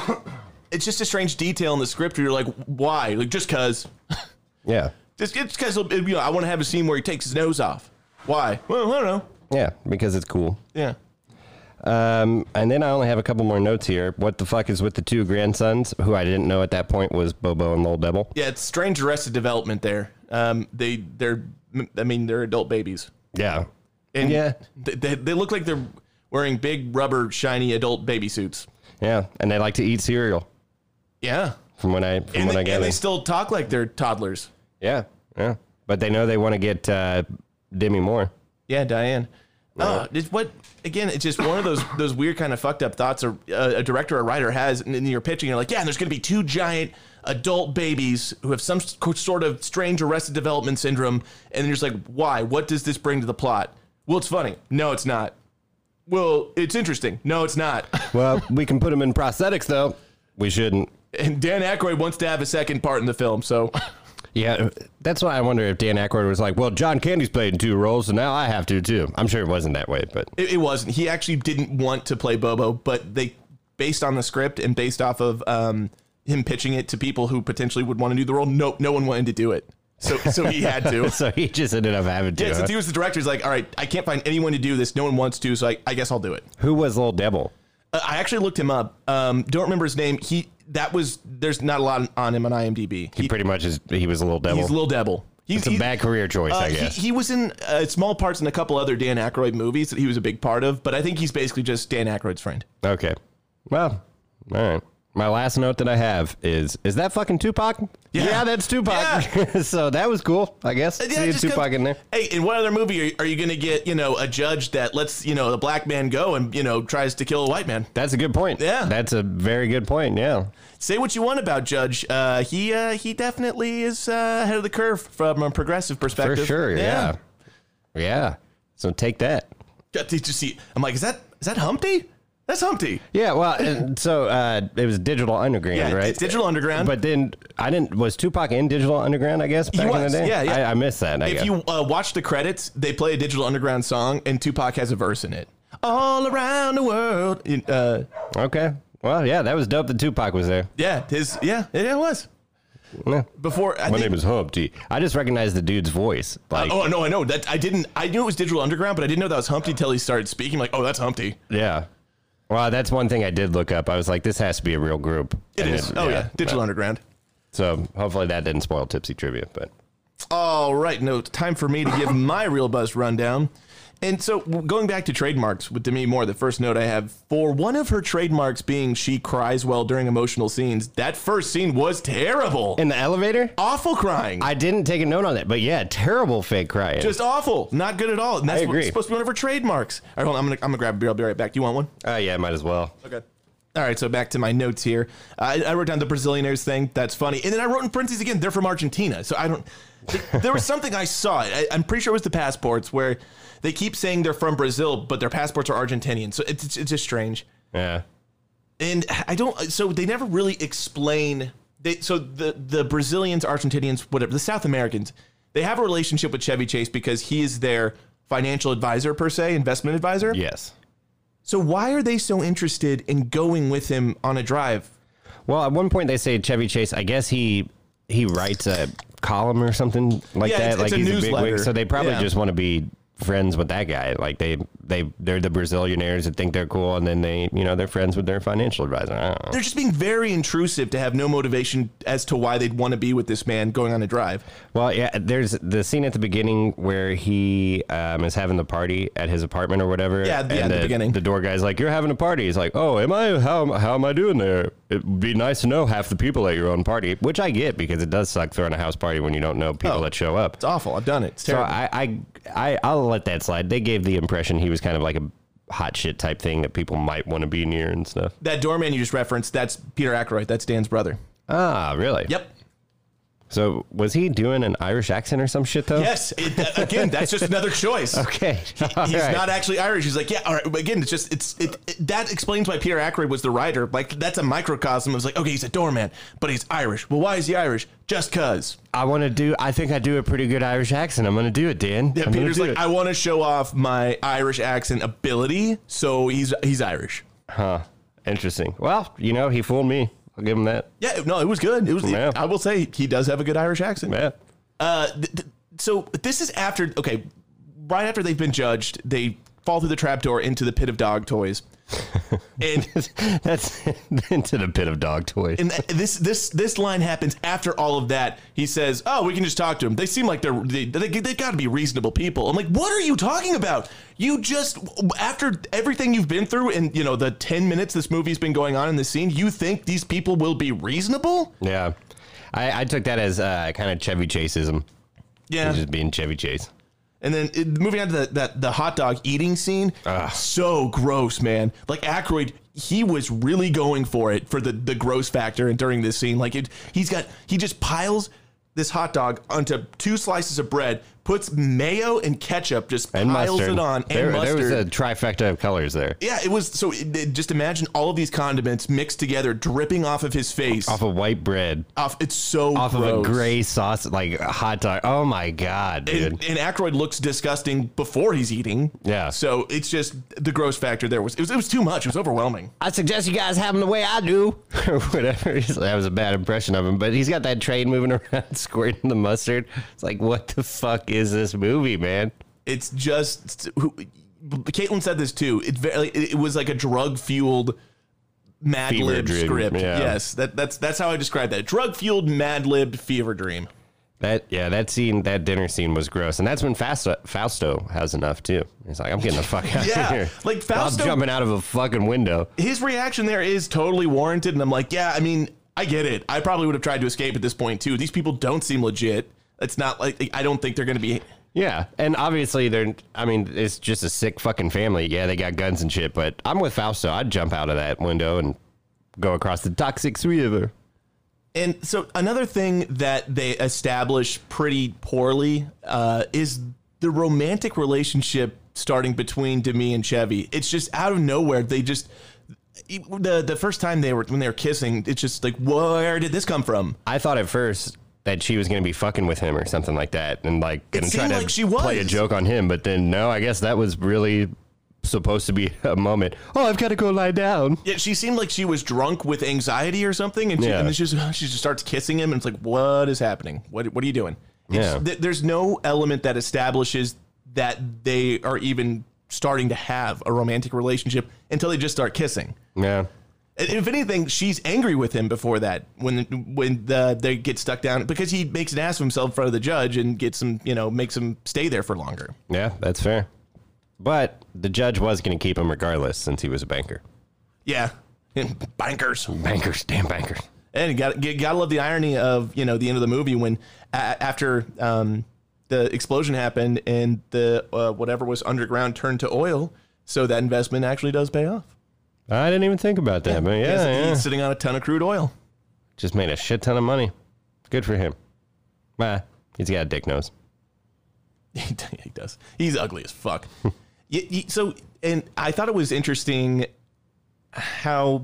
Speaker 2: It's just a strange detail in the script. Where you're like, why? Like just cause.
Speaker 1: yeah.
Speaker 2: Just it's cause it'll- you know I want to have a scene where he takes his nose off. Why? Well, I don't know.
Speaker 1: Yeah, because it's cool.
Speaker 2: Yeah.
Speaker 1: Um, and then I only have a couple more notes here. What the fuck is with the two grandsons, who I didn't know at that point was Bobo and Lil Devil?
Speaker 2: Yeah, it's strange arrested development there. Um, they they're I mean they're adult babies.
Speaker 1: Yeah.
Speaker 2: And
Speaker 1: Yeah.
Speaker 2: they, they, they look like they're wearing big rubber shiny adult baby suits.
Speaker 1: Yeah. And they like to eat cereal,
Speaker 2: Yeah,
Speaker 1: from when I from
Speaker 2: and,
Speaker 1: when
Speaker 2: they,
Speaker 1: I
Speaker 2: and
Speaker 1: gathered.
Speaker 2: they still talk like they're toddlers.
Speaker 1: yeah. Yeah. But they know they want to get uh, Demi Moore.
Speaker 2: Yeah, Diane. Oh, it's what again? It's just one of those those weird kind of fucked up thoughts a, a director or writer has, and then you're pitching. You're like, yeah, and there's going to be two giant adult babies who have some s- sort of strange arrested development syndrome, and you're just like, why? What does this bring to the plot? Well, it's funny. No, it's not. Well, it's interesting. No, it's not.
Speaker 1: Well, we can put them in prosthetics though. We shouldn't.
Speaker 2: And Dan Aykroyd wants to have a second part in the film, so
Speaker 1: Yeah, that's why I wonder if Dan Aykroyd was like, "Well, John Candy's played in two roles, so now I have to too." I'm sure it wasn't that way, but
Speaker 2: It, it wasn't. He actually didn't want to play Bobo, but they, based on the script and based off of um, him pitching it to people who potentially would want to do the role, no, no one wanted to do it. So, so he had to.
Speaker 1: so he just ended up having to.
Speaker 2: Yeah,
Speaker 1: huh?
Speaker 2: since he was the director, he's like, all right, I can't find anyone to do this. No one wants to, so I, I guess I'll do it.
Speaker 1: Who was Lil Devil?
Speaker 2: Uh, I actually looked him up. Um, don't remember his name. He that was there's not a lot on him on IMDb.
Speaker 1: He, pretty much is. He was a Lil Devil.
Speaker 2: He's Lil Devil. He's Uh,
Speaker 1: It's a bad career choice, I guess.
Speaker 2: He, he was in uh, small parts in a couple other Dan Aykroyd movies that he was a big part of, but I think he's basically just Dan Aykroyd's friend.
Speaker 1: Okay. Well, all right. My last note that I have is is that fucking Tupac?
Speaker 2: Yeah.
Speaker 1: that's Tupac. so that was cool, I guess.
Speaker 2: Yeah,
Speaker 1: See
Speaker 2: it just
Speaker 1: Tupac
Speaker 2: comes-
Speaker 1: in there.
Speaker 2: Hey, in what other movie are, are you going to get, you know, a judge that lets, you know, a black man go and, you know, tries to kill a white man?
Speaker 1: That's a good point.
Speaker 2: Yeah.
Speaker 1: That's a very good point. Yeah.
Speaker 2: Say what you want about Judge. Uh, he uh, he definitely is uh, ahead of the curve from a progressive
Speaker 1: For
Speaker 2: perspective.
Speaker 1: sure. Yeah. yeah. So take that.
Speaker 2: God, Did you see? I'm like, is that is that Humpty? That's Humpty.
Speaker 1: Yeah, well, and so uh, it was Digital Underground,
Speaker 2: Yeah,
Speaker 1: right?
Speaker 2: it's Digital Underground.
Speaker 1: But then I didn't. Was Tupac in Digital Underground? I guess back
Speaker 2: was,
Speaker 1: in the day.
Speaker 2: yeah, yeah.
Speaker 1: I, I missed that. I
Speaker 2: If
Speaker 1: guess.
Speaker 2: you uh, watch the credits, they play a Digital Underground song, and Tupac has a verse in it. All around the world. Uh,
Speaker 1: okay. Well, yeah, that was dope. That Tupac was there.
Speaker 2: yeah, his yeah, it was.
Speaker 1: Yeah.
Speaker 2: Before I
Speaker 1: My
Speaker 2: think,
Speaker 1: name is Humpty. I just recognized the dude's voice. Like,
Speaker 2: oh no, I know that I didn't. I knew it was Digital Underground, but I didn't know that was Humpty till he started speaking. Like, oh, that's Humpty.
Speaker 1: yeah. Well, that's one thing I did look up. I was like, this has to be a real group.
Speaker 2: It
Speaker 1: And
Speaker 2: is. oh yeah, Digital
Speaker 1: but-
Speaker 2: Underground.
Speaker 1: So hopefully that didn't spoil Tipsy Trivia, but
Speaker 2: All right, no time for me to give my real buzz rundown. And so going back to trademarks with Demi Moore, the first note I have for one of her trademarks being she cries well during emotional scenes. That first scene was terrible.
Speaker 1: in the elevator,
Speaker 2: awful crying.
Speaker 1: I didn't take a note on that. But yeah, terrible fake crying.
Speaker 2: just awful, not good at all. And that's
Speaker 1: I
Speaker 2: what-
Speaker 1: agree.
Speaker 2: supposed to be one of her trademarks. All right, hold on. I'm gonna, I'm gonna grab a beer. I'll be right back. Do you want one?
Speaker 1: oh yeah, might as well.
Speaker 2: Okay. All right, so back to my notes here. I, I wrote down the Brazilianaires thing. That's funny. And then I wrote in parentheses again, they're from Argentina. So I don't. th- there was something I saw. I, I'm pretty sure it was the passports where they keep saying they're from Brazil, but their passports are Argentinian. So it's, it's, it's just strange.
Speaker 1: Yeah.
Speaker 2: And I don't. So they never really explain. They, so the, the Brazilians, Argentinians, whatever, the South Americans, they have a relationship with Chevy Chase because he is their financial advisor, per se, investment advisor.
Speaker 1: Yes.
Speaker 2: So why are they so interested in going with him on a drive?
Speaker 1: Well, at one point they say Chevy Chase. I guess he he writes a column or something like
Speaker 2: Yeah,
Speaker 1: that.
Speaker 2: it's-
Speaker 1: like
Speaker 2: it's a
Speaker 1: he's a big
Speaker 2: newsletter.
Speaker 1: wig. So they probably
Speaker 2: Yeah.
Speaker 1: just want to be friends with that guy. Like they they they're the Brazilianaires that think they're cool, and then they you know they're friends with their financial advisor. I don't know.
Speaker 2: They're just being very intrusive to have no motivation as to why they'd want to be with this man going on a drive.
Speaker 1: Well, yeah, there's the scene at the beginning where he um, is having the party at his apartment or whatever.
Speaker 2: Yeah,
Speaker 1: and
Speaker 2: yeah, at the beginning.
Speaker 1: The door guy's like, "You're having a party." He's like, "Oh, am I? How how am I doing there? It'd be nice to know half the people at your own party," which I get because it does suck throwing a house party when you don't know people
Speaker 2: Oh.
Speaker 1: that show up.
Speaker 2: It's awful. I've done it. It's
Speaker 1: So
Speaker 2: terrible.
Speaker 1: I, I, I, I'll let that slide. They gave the impression he was kind of like a hot shit type thing that people might want to be near and stuff.
Speaker 2: that doorman you just referenced, that's Peter Ackroyd. That's Dan's brother.
Speaker 1: Ah, really?
Speaker 2: Yep.
Speaker 1: So was he doing an Irish accent or some shit though?
Speaker 2: Yes. It, that- again, that's just another choice.
Speaker 1: Oh. Okay.
Speaker 2: He's not actually Irish. He's like, yeah, all right. But again, it's just, it's, it, it- that explains why Peter Ackroyd was the writer. Like, that's a microcosm. It was like, okay, he's a doorman, but he's Irish. Well, why is he Irish? Just cause.
Speaker 1: I want to do. I think I do a pretty good Irish accent. I'm going to do it, Dan.
Speaker 2: Yeah,
Speaker 1: I'm gonna
Speaker 2: Peter's
Speaker 1: do
Speaker 2: like,
Speaker 1: it.
Speaker 2: I want to show off my Irish accent ability, so he's he's Irish.
Speaker 1: huh? Interesting. Well, you know, he fooled me. I'll give him that.
Speaker 2: Yeah, no, it was good. It was.
Speaker 1: Yeah.
Speaker 2: I will say he does have a good Irish accent.
Speaker 1: Yeah.
Speaker 2: Uh, th- th- so this is after okay, right after they've been judged, they fall through the trapdoor into the pit of dog toys, and
Speaker 1: That's into the pit of dog toys.
Speaker 2: and th- this this this line happens after all of that. He says, "Oh, we can just talk to him. They seem like they're they they, they got to be reasonable people." I'm like, "What are you talking about? You just after everything you've been through and you know the ten minutes this movie's been going on in this scene, you think these people will be reasonable?"
Speaker 1: yeah. I, I took that as uh, kind of Chevy Chaseism.
Speaker 2: Yeah.
Speaker 1: Just being Chevy Chase.
Speaker 2: And then it, moving on to the, that the hot dog eating scene, so gross, man. Like Aykroyd, he was really going for it for the the gross factor. And during this scene, like it, he's got he just piles this hot dog onto two slices of bread, puts mayo and ketchup, just
Speaker 1: and
Speaker 2: piles
Speaker 1: mustard.
Speaker 2: it on, and
Speaker 1: there,
Speaker 2: mustard.
Speaker 1: there was a trifecta of colors there.
Speaker 2: yeah, it was so. It, it- just imagine all of these condiments mixed together, dripping off of his face.
Speaker 1: Off of white bread,
Speaker 2: Off- it's so
Speaker 1: off of a
Speaker 2: gross.
Speaker 1: gray sauce, like a hot dog. Oh my god, dude!
Speaker 2: and, and Aykroyd looks disgusting before he's eating.
Speaker 1: Yeah.
Speaker 2: So it's just the gross factor there was it was, it was too much. It was overwhelming.
Speaker 1: I suggest you guys have him the way I do, or whatever. He's- That was a bad impression of him, but he's got that train moving around, squirting the mustard. It's like, what the fuck is this movie, man?
Speaker 2: It's just who- Caitlin said this too. It very it was like a drug fueled Mad
Speaker 1: Fever
Speaker 2: Lib
Speaker 1: dream,
Speaker 2: script.
Speaker 1: yeah.
Speaker 2: Yes, that that's that's how I describe that. Drug fueled Mad Lib fever dream.
Speaker 1: That yeah, that scene, that dinner scene was gross, and that's when Fausto, Fausto has enough too. He's like, I'm getting the fuck out
Speaker 2: Yeah,
Speaker 1: of here.
Speaker 2: like Fausto-
Speaker 1: I'm jumping out of a fucking window.
Speaker 2: His reaction there is totally warranted, and I'm like, yeah, I mean, I get it. I probably would have tried to escape at this point too. These people don't seem legit. It's not like I don't think they're going to be
Speaker 1: Yeah, and obviously they're. I mean, it's just a sick fucking family. Yeah, they got guns and shit, but I'm with Fausto. I'd jump out of that window and go across the toxic river.
Speaker 2: And so another thing that they establish pretty poorly uh, is the romantic relationship starting between Demi and Chevy. It's just out of nowhere. They just the the first time they were when they were kissing, it's just like where did this come from?
Speaker 1: I thought at first that she was gonna be fucking with him or something like that, and like gonna try
Speaker 2: seemed
Speaker 1: to
Speaker 2: like she
Speaker 1: play a
Speaker 2: was.
Speaker 1: joke on him. But then no, I guess that was really supposed to be a moment. Oh, I've got to go lie down.
Speaker 2: Yeah, she seemed like she was drunk with anxiety or something, and, she,
Speaker 1: Yeah.
Speaker 2: and then she just she just starts kissing him, and it's like what is happening? What what are you doing? It's,
Speaker 1: Yeah.
Speaker 2: th- there's no element that establishes that they are even starting to have a romantic relationship until they just start kissing.
Speaker 1: Yeah,
Speaker 2: And If anything, she's angry with him before that when when the, they get stuck down because he makes an ass of himself in front of the judge and gets him, you know, makes him stay there for longer.
Speaker 1: yeah, that's fair. But the judge was gonna keep him regardless, since he was a banker.
Speaker 2: Yeah, bankers.
Speaker 1: Bankers, damn bankers.
Speaker 2: And you got you gotta love the irony of you know the end of the movie when a- after um, the explosion happened and the uh, whatever was underground turned to oil, so that investment actually does pay off.
Speaker 1: I didn't even think about that, but
Speaker 2: He's-
Speaker 1: yeah, yeah.
Speaker 2: he's sitting on a ton of crude oil.
Speaker 1: Just made a shit ton of money. Good for him. Bah, he's got a dick nose.
Speaker 2: He, d- he does. He's ugly as fuck. Y- y- so, and I thought it was interesting how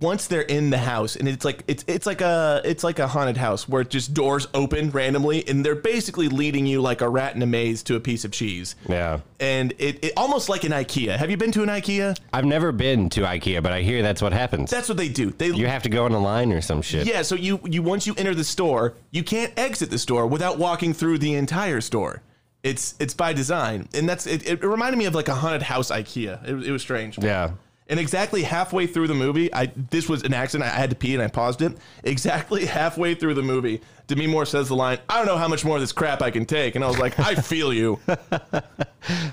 Speaker 2: once they're in the house, and it's like it's it's like a it's like a haunted house where just doors open randomly, and they're basically leading you like a rat in a maze to a piece of cheese.
Speaker 1: Yeah.
Speaker 2: And it, it almost like an IKEA. Have you been to an IKEA?
Speaker 1: I've never been to IKEA, but I hear that's what happens.
Speaker 2: That's what they do. They
Speaker 1: you have to go on a line or some shit.
Speaker 2: yeah. So you you once you enter the store, you can't exit the store without walking through the entire store. It's it's by design, and that's it. It reminded me of like a haunted house IKEA. It, was- it was strange.
Speaker 1: Yeah.
Speaker 2: And exactly halfway through the movie, I this was an accident. I had to pee and I paused it. Exactly halfway through the movie, Demi Moore says the line, "I don't know how much more of this crap I can take," and I was like, "I feel you." It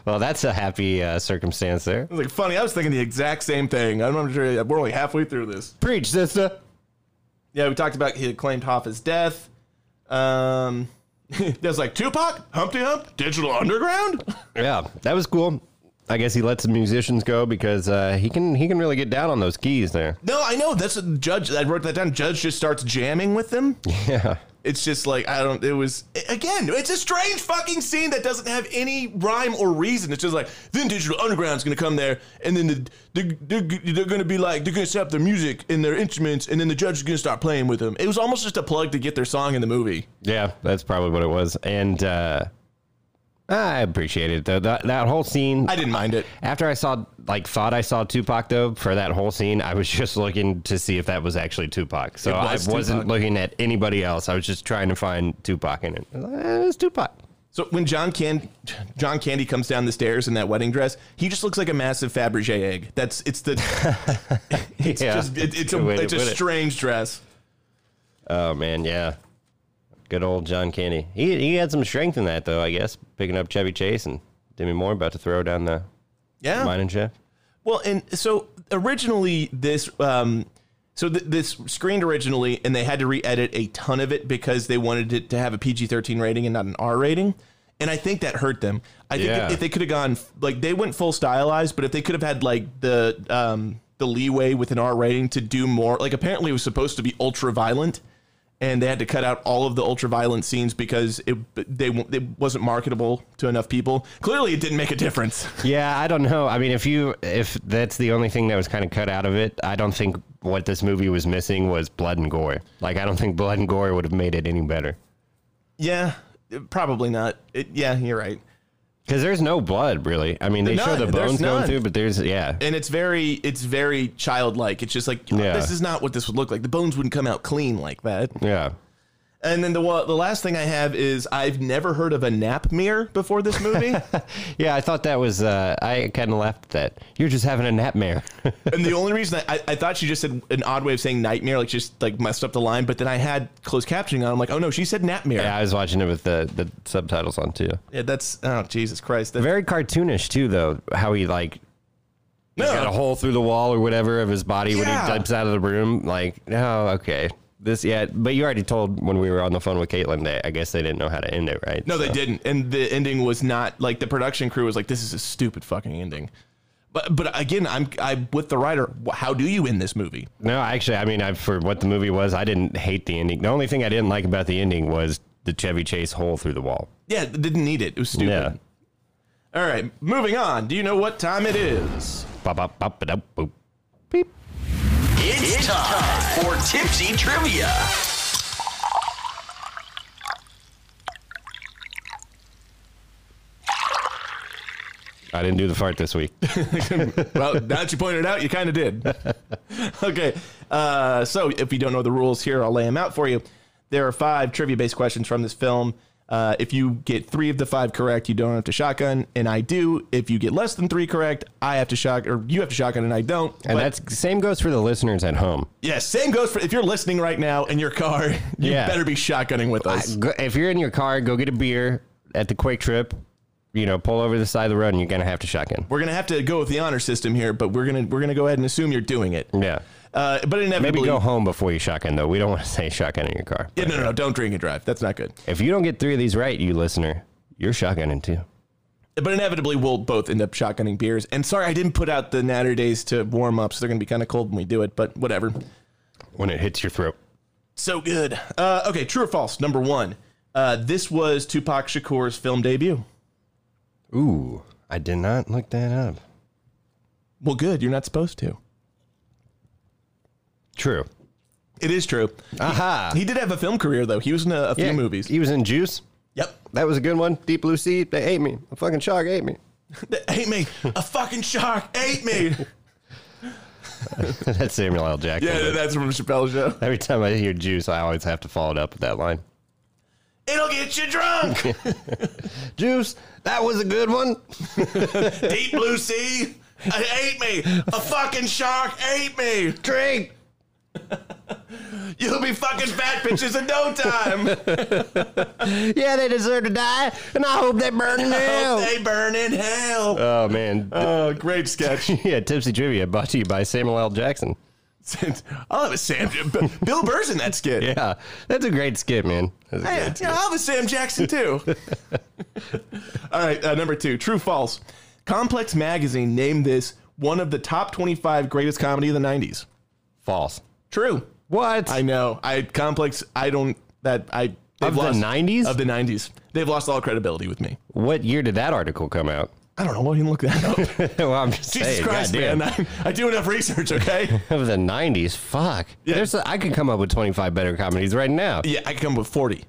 Speaker 1: Well, that's a happy uh, circumstance there.
Speaker 2: was like funny. I was thinking the exact same thing. I'm not sure we're only halfway through this.
Speaker 1: Preach, sister.
Speaker 2: Yeah, we talked about he had claimed Hoffa's death. Um, there's like Tupac, Humpty Hump, Digital Underground.
Speaker 1: Yeah, that was cool. I guess he lets the musicians go because uh, he can he can really get down on those keys there.
Speaker 2: No, I know that's a judge. I wrote that down. Judge just starts jamming with them.
Speaker 1: Yeah.
Speaker 2: It's just like I don't. It was again. It's a strange fucking scene that doesn't have any rhyme or reason. It's just like then Digital Underground's gonna come there, and then the, the, they're, they're gonna be like they're gonna set up their music and their instruments, and then the judge is gonna start playing with them. It was almost just a plug to get their song in the movie.
Speaker 1: Yeah, that's probably what it was. And uh, I appreciate it though. That, that whole scene.
Speaker 2: I didn't mind it.
Speaker 1: after I saw, like, thought I saw Tupac though for that whole scene, I was just looking to see if that was actually Tupac. So
Speaker 2: It was
Speaker 1: I wasn't
Speaker 2: Tupac.
Speaker 1: looking at anybody else. I was just trying to find Tupac in it. I was like, eh, it's Tupac.
Speaker 2: So when John Can John Candy comes down the stairs in that wedding dress, he just looks like a massive Fabergé egg. That's it's the it's
Speaker 1: Yeah.
Speaker 2: just it, it's
Speaker 1: Good
Speaker 2: a
Speaker 1: way to
Speaker 2: it's a
Speaker 1: put it.
Speaker 2: strange dress.
Speaker 1: Oh man, yeah. Good old John Candy. He he had some strength in that though, I guess. Picking up Chevy Chase and Demi Moore about to throw down the
Speaker 2: Yeah.
Speaker 1: mining shaft.
Speaker 2: Well, and so originally this um so th- this screened originally and they had to re-edit a ton of it because they wanted it to have a PG-13 rating and not an R rating. And I think that hurt them. I think
Speaker 1: Yeah.
Speaker 2: if, if they could have gone like they went full stylized, but if they could have had like the um the leeway with an R rating to do more, like apparently it was supposed to be ultra violent and they had to cut out all of the ultra violent scenes because it they it wasn't marketable to enough people. Clearly it didn't make a difference.
Speaker 1: Yeah, I don't know. I mean, if you if that's the only thing that was kind of cut out of it, I don't think what this movie was missing was blood and gore. Like I don't think blood and gore would have made it any better.
Speaker 2: Yeah, probably not. It, yeah, you're right.
Speaker 1: Because there's no blood, really. I mean, they show
Speaker 2: None.
Speaker 1: the
Speaker 2: There's
Speaker 1: bones going
Speaker 2: none.
Speaker 1: through, but there's yeah,
Speaker 2: And it's very, it's very childlike. It's just like
Speaker 1: Yeah.
Speaker 2: this is not what this would look like. The bones wouldn't come out clean like that.
Speaker 1: yeah.
Speaker 2: And then the wa- the last thing I have is I've never heard of a nap mirror before this movie.
Speaker 1: Yeah, I thought that was. Uh, I kind of laughed at that. You're just having a nightmare.
Speaker 2: and the only reason I, I, I thought she just said an odd way of saying nightmare, like just like messed up the line. But then I had closed captioning on. I'm like, oh no, she said nap mirror.
Speaker 1: yeah,
Speaker 2: Yeah,
Speaker 1: I was watching it with the the subtitles on too.
Speaker 2: that's oh Jesus Christ. That,
Speaker 1: Very cartoonish too, though. How he like
Speaker 2: no,
Speaker 1: got a hole through the wall or whatever of his body when
Speaker 2: Yeah.
Speaker 1: he jumps out of the room. Like, oh, okay. This, yeah, but you already told when we were on the phone with Caitlin that I guess they didn't know how to end it, right?
Speaker 2: No, they
Speaker 1: So-
Speaker 2: didn't. And the ending was not like the production crew was like, "This is a stupid fucking ending." But but again, I'm I'm with the writer. Wh- How do you end this movie?
Speaker 1: No, actually, I mean, I, for what the movie was, I didn't hate the ending. The only thing I didn't like about the ending was the Chevy Chase hole through the wall.
Speaker 2: Yeah, it didn't need it. It was stupid.
Speaker 1: Yeah.
Speaker 2: All right, moving on. Do you know what time it is?
Speaker 1: Bop, bop, bop, ba-dum, boop. Beep.
Speaker 3: It's time for Tipsy Trivia.
Speaker 1: I didn't do the fart this week.
Speaker 2: well, now that you pointed it out, you kind of did. okay. Uh, so, if you don't know the rules here, I'll lay them out for you. There are five trivia based questions from this film. Uh, if you get three of the five correct, you don't have to shotgun, and I do. If you get less than three correct, I have to shock, or you have to shotgun, and I don't.
Speaker 1: And
Speaker 2: But-
Speaker 1: that's same goes for the listeners at home.
Speaker 2: yeah, same goes for if you're listening right now in your car, you
Speaker 1: Yeah.
Speaker 2: better be shotgunning with us.
Speaker 1: Go- If you're in your car, go get a beer at the Quake Trip. You know, pull over to the side of the road, and you're gonna have to shotgun.
Speaker 2: we're gonna have to go with the honor system here, but we're gonna we're gonna go ahead and assume you're doing it.
Speaker 1: Yeah.
Speaker 2: Uh, but inevitably,
Speaker 1: Maybe go home before you shotgun, though. We don't want to say shotgun in your car.
Speaker 2: Yeah, no, no, no, don't drink and drive. That's not good.
Speaker 1: If you don't get three of these right, you listener, you're shotgunning too.
Speaker 2: But inevitably, we'll both end up shotgunning beers. And sorry, I didn't put out the natter days to warm up, so they're going to be kind of cold when we do it, but whatever.
Speaker 1: When it hits your throat.
Speaker 2: So good. Uh, okay, true or false? Number one, uh, this was Tupac Shakur's film debut.
Speaker 1: Ooh, I did not look that up.
Speaker 2: Well, good. You're not supposed to.
Speaker 1: True.
Speaker 2: It is true.
Speaker 1: Aha.
Speaker 2: He did have a film career, though. He was in a, a few
Speaker 1: Ah. Yeah,
Speaker 2: movies.
Speaker 1: He was in Juice.
Speaker 2: yep.
Speaker 1: That was a good one. Deep Blue Sea. They ate me. A fucking shark ate me.
Speaker 2: They ate me. A fucking shark ate me.
Speaker 1: That's Samuel L. Jackson.
Speaker 2: yeah, that's from Chappelle's show.
Speaker 1: Every time I hear Juice, I always have to follow it up with that line.
Speaker 2: It'll get you drunk.
Speaker 1: Juice, that was a good one.
Speaker 2: Deep blue sea. It ate uh, me. A fucking shark ate me.
Speaker 1: Drink.
Speaker 2: You'll be fucking fat bitches in no time.
Speaker 1: Yeah, they deserve to die, and I hope they burn in hell.
Speaker 2: Hope they burn in hell.
Speaker 1: oh man.
Speaker 2: Oh, great sketch.
Speaker 1: yeah, tipsy trivia brought to you by Samuel L. Jackson.
Speaker 2: I'll have a Sam. B- Bill Burr's in that skit.
Speaker 1: Yeah, that's a great skit, man. That's a
Speaker 2: Hey,
Speaker 1: great
Speaker 2: you know, I'll have a Sam Jackson too. All right, uh, number two, true false. Complex magazine named this one of the top 25 greatest comedy of the 90s.
Speaker 1: false.
Speaker 2: True.
Speaker 1: What?
Speaker 2: I know. I complex. I don't. That I they've
Speaker 1: Of the 90s?
Speaker 2: of the 90s. They've lost all credibility with me.
Speaker 1: what year did that article come out?
Speaker 2: I don't know. Why didn't look that up?
Speaker 1: well, I'm just
Speaker 2: Jesus
Speaker 1: saying,
Speaker 2: Christ,
Speaker 1: goddamn.
Speaker 2: man! I, I do enough research. Okay.
Speaker 1: Of the '90s, fuck.
Speaker 2: Yeah.
Speaker 1: There's, I could come up with 25 better comedies right now.
Speaker 2: yeah, I come up with 40.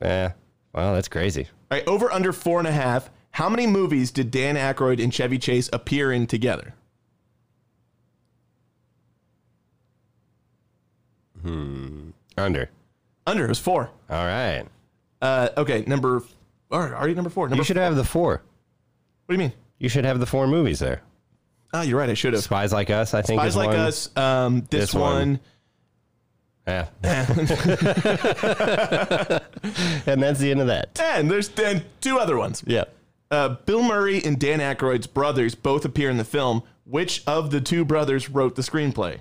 Speaker 1: Yeah. Wow, that's crazy.
Speaker 2: All right, over under four and a half. How many movies did Dan Aykroyd and Chevy Chase appear in together?
Speaker 1: Under.
Speaker 2: Under it was four.
Speaker 1: All right.
Speaker 2: Uh, okay, number. All right, already number four. Number.
Speaker 1: You should have the four.
Speaker 2: what do you mean?
Speaker 1: You should have the four movies there.
Speaker 2: Ah, you're right. I should have.
Speaker 1: Spies Like Us, I think.
Speaker 2: Spies
Speaker 1: is
Speaker 2: like
Speaker 1: one.
Speaker 2: us. Um, this,
Speaker 1: This
Speaker 2: one.
Speaker 1: one. Yeah. and that's the end of that.
Speaker 2: and there's then two other ones.
Speaker 1: Yeah.
Speaker 2: Uh, Bill Murray and Dan Aykroyd's brothers both appear in the film. Which of the two brothers wrote the screenplay?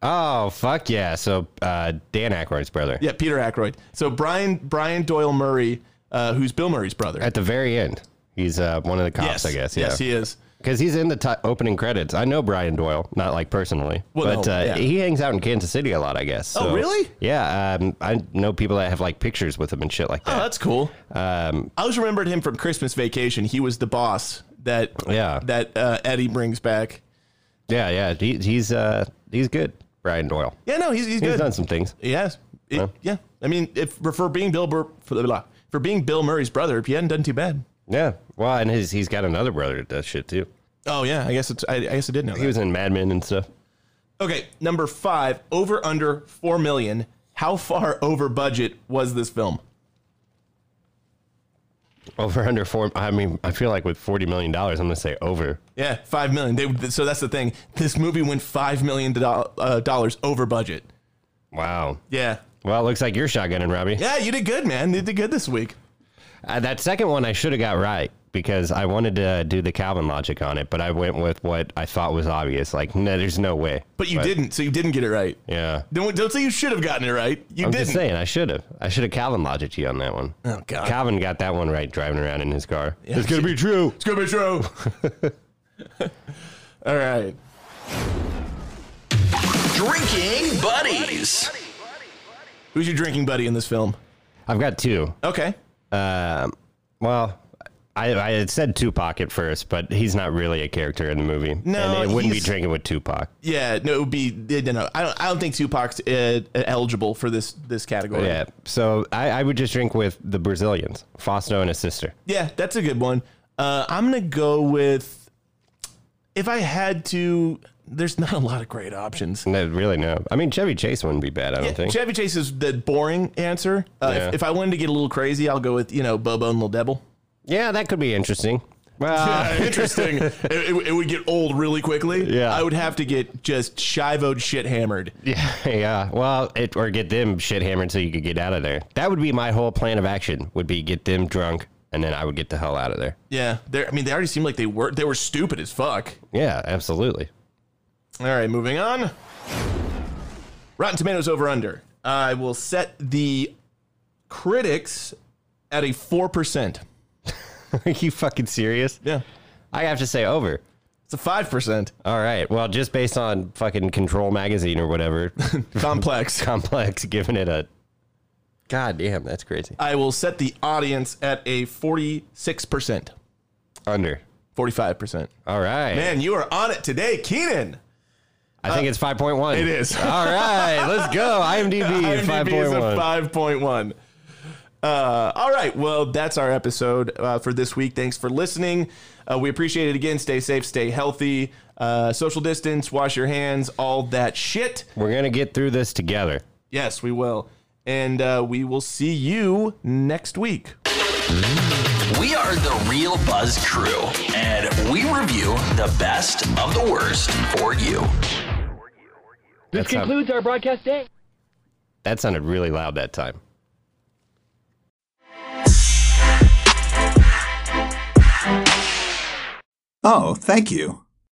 Speaker 1: Oh fuck yeah! So uh, Dan Aykroyd's brother.
Speaker 2: Yeah, Peter Aykroyd. So Brian Brian Doyle Murray, uh, who's Bill Murray's brother.
Speaker 1: At the very end, he's uh, one of the cops,
Speaker 2: yes,
Speaker 1: I guess.
Speaker 2: Yes,
Speaker 1: Yeah.
Speaker 2: he is.
Speaker 1: Because he's in the t- opening credits. I know Brian Doyle, not like personally,
Speaker 2: Well,
Speaker 1: but
Speaker 2: no,
Speaker 1: uh,
Speaker 2: yeah.
Speaker 1: he hangs out in Kansas City a lot, I guess.
Speaker 2: Oh,
Speaker 1: So-
Speaker 2: really?
Speaker 1: Yeah. Um, I know people that have like pictures with him and shit like
Speaker 2: Oh,
Speaker 1: that.
Speaker 2: that's cool. I always remembered him from Christmas Vacation. He was the boss that
Speaker 1: Yeah.
Speaker 2: that uh, Eddie brings back.
Speaker 1: yeah, yeah. He, he's uh, he's good, Brian Doyle.
Speaker 2: Yeah, no, he's he's,
Speaker 1: He's
Speaker 2: good.
Speaker 1: done some things.
Speaker 2: Yes, It- yeah. I mean, if for being Bill Bur- for, blah, blah, for being Bill Murray's brother, he hadn't done too bad.
Speaker 1: Yeah. Well, and his, he's got another brother that does shit too.
Speaker 2: Oh yeah, I guess it's, I, I guess I did know.
Speaker 1: He
Speaker 2: That.
Speaker 1: was in Mad Men and stuff.
Speaker 2: okay, number five, over under four million. How far over budget was this film?
Speaker 1: Over under four. I mean, I feel like with forty million dollars, I'm gonna say over.
Speaker 2: Yeah, five million. They, so that's the thing. This movie went five million do- uh, dollars over budget.
Speaker 1: Wow.
Speaker 2: Yeah,
Speaker 1: Well, it looks like you're shotgunning, Robbie.
Speaker 2: yeah. You did good, man. You did good this week.
Speaker 1: Uh, that second one I should have got right because I wanted to do the Calvin logic on it, but I went with what I thought was obvious. Like, no, there's no way.
Speaker 2: But you didn't, so you didn't get it right.
Speaker 1: Yeah.
Speaker 2: Don't, don't say you should have gotten it right. You
Speaker 1: I'm
Speaker 2: didn't.
Speaker 1: just saying, I should have. I should have Calvin logic you on that one.
Speaker 2: Oh, God.
Speaker 1: Calvin got that one right driving around in his car. it's
Speaker 2: gonna
Speaker 1: going to be true.
Speaker 2: It's gonna be true. All right.
Speaker 3: Drinking buddies.
Speaker 2: Who's your drinking buddy in this film?
Speaker 1: I've got two.
Speaker 2: Okay.
Speaker 1: Um, well, I, I had said Tupac at first, but he's not really a character in the movie.
Speaker 2: No,
Speaker 1: And it wouldn't be
Speaker 2: he's-
Speaker 1: drinking with Tupac.
Speaker 2: Yeah. No, it would be. No, no. I don't. I don't think Tupac's uh, eligible for this this category.
Speaker 1: Yeah. So I, I would just drink with the Brazilians, Fausto and his sister.
Speaker 2: Yeah, that's a good one. Uh, I'm gonna go with. If I had to, there's not a lot of great options.
Speaker 1: No, really, no. I mean, Chevy Chase wouldn't be bad, I don't think.
Speaker 2: Chevy Chase is the boring answer. Uh,
Speaker 1: Yeah.
Speaker 2: if, if I wanted to get a little crazy, I'll go with you know Bobo and Little Devil.
Speaker 1: Yeah, that could be interesting. Well,
Speaker 2: Yeah, Uh, interesting. it, it- it would get old really quickly.
Speaker 1: Yeah.
Speaker 2: I would have to get just shivoed shit hammered.
Speaker 1: yeah, yeah. Well, it, or get them shit hammered so you could get out of there. That would be my whole plan of action. Would be get them drunk, and then I would get the hell out of there.
Speaker 2: Yeah, they I mean, they already seemed like they were they were stupid as fuck.
Speaker 1: Yeah, absolutely.
Speaker 2: All right, moving on. Rotten Tomatoes over under. I will set the critics at a four percent.
Speaker 1: Are you fucking serious?
Speaker 2: Yeah,
Speaker 1: I have to say over.
Speaker 2: it's a five percent.
Speaker 1: All right. Well, just based on fucking Control magazine or whatever,
Speaker 2: Complex.
Speaker 1: complex giving it a. God damn, that's crazy.
Speaker 2: I will set the audience at a forty-six percent,
Speaker 1: Under.
Speaker 2: forty-five percent.
Speaker 1: All right.
Speaker 2: Man, you are on it today, Keenan.
Speaker 1: I think it's five point one.
Speaker 2: It is.
Speaker 1: All right, let's go. IMDb,
Speaker 2: IMDb
Speaker 1: five point
Speaker 2: is a
Speaker 1: one.
Speaker 2: 5.1. Uh, all right. Well, that's our episode uh, for this week. Thanks for listening. Uh, we appreciate it again. Stay safe, stay healthy, uh, social distance, wash your hands, all that shit.
Speaker 1: We're gonna get through this together.
Speaker 2: Yes, we will. And uh, we will see you next week.
Speaker 3: We are the Real Buzz Crew, and we review the best of the worst for you.
Speaker 1: This concludes our broadcast day. That sounded really loud that time.
Speaker 9: Oh, thank you.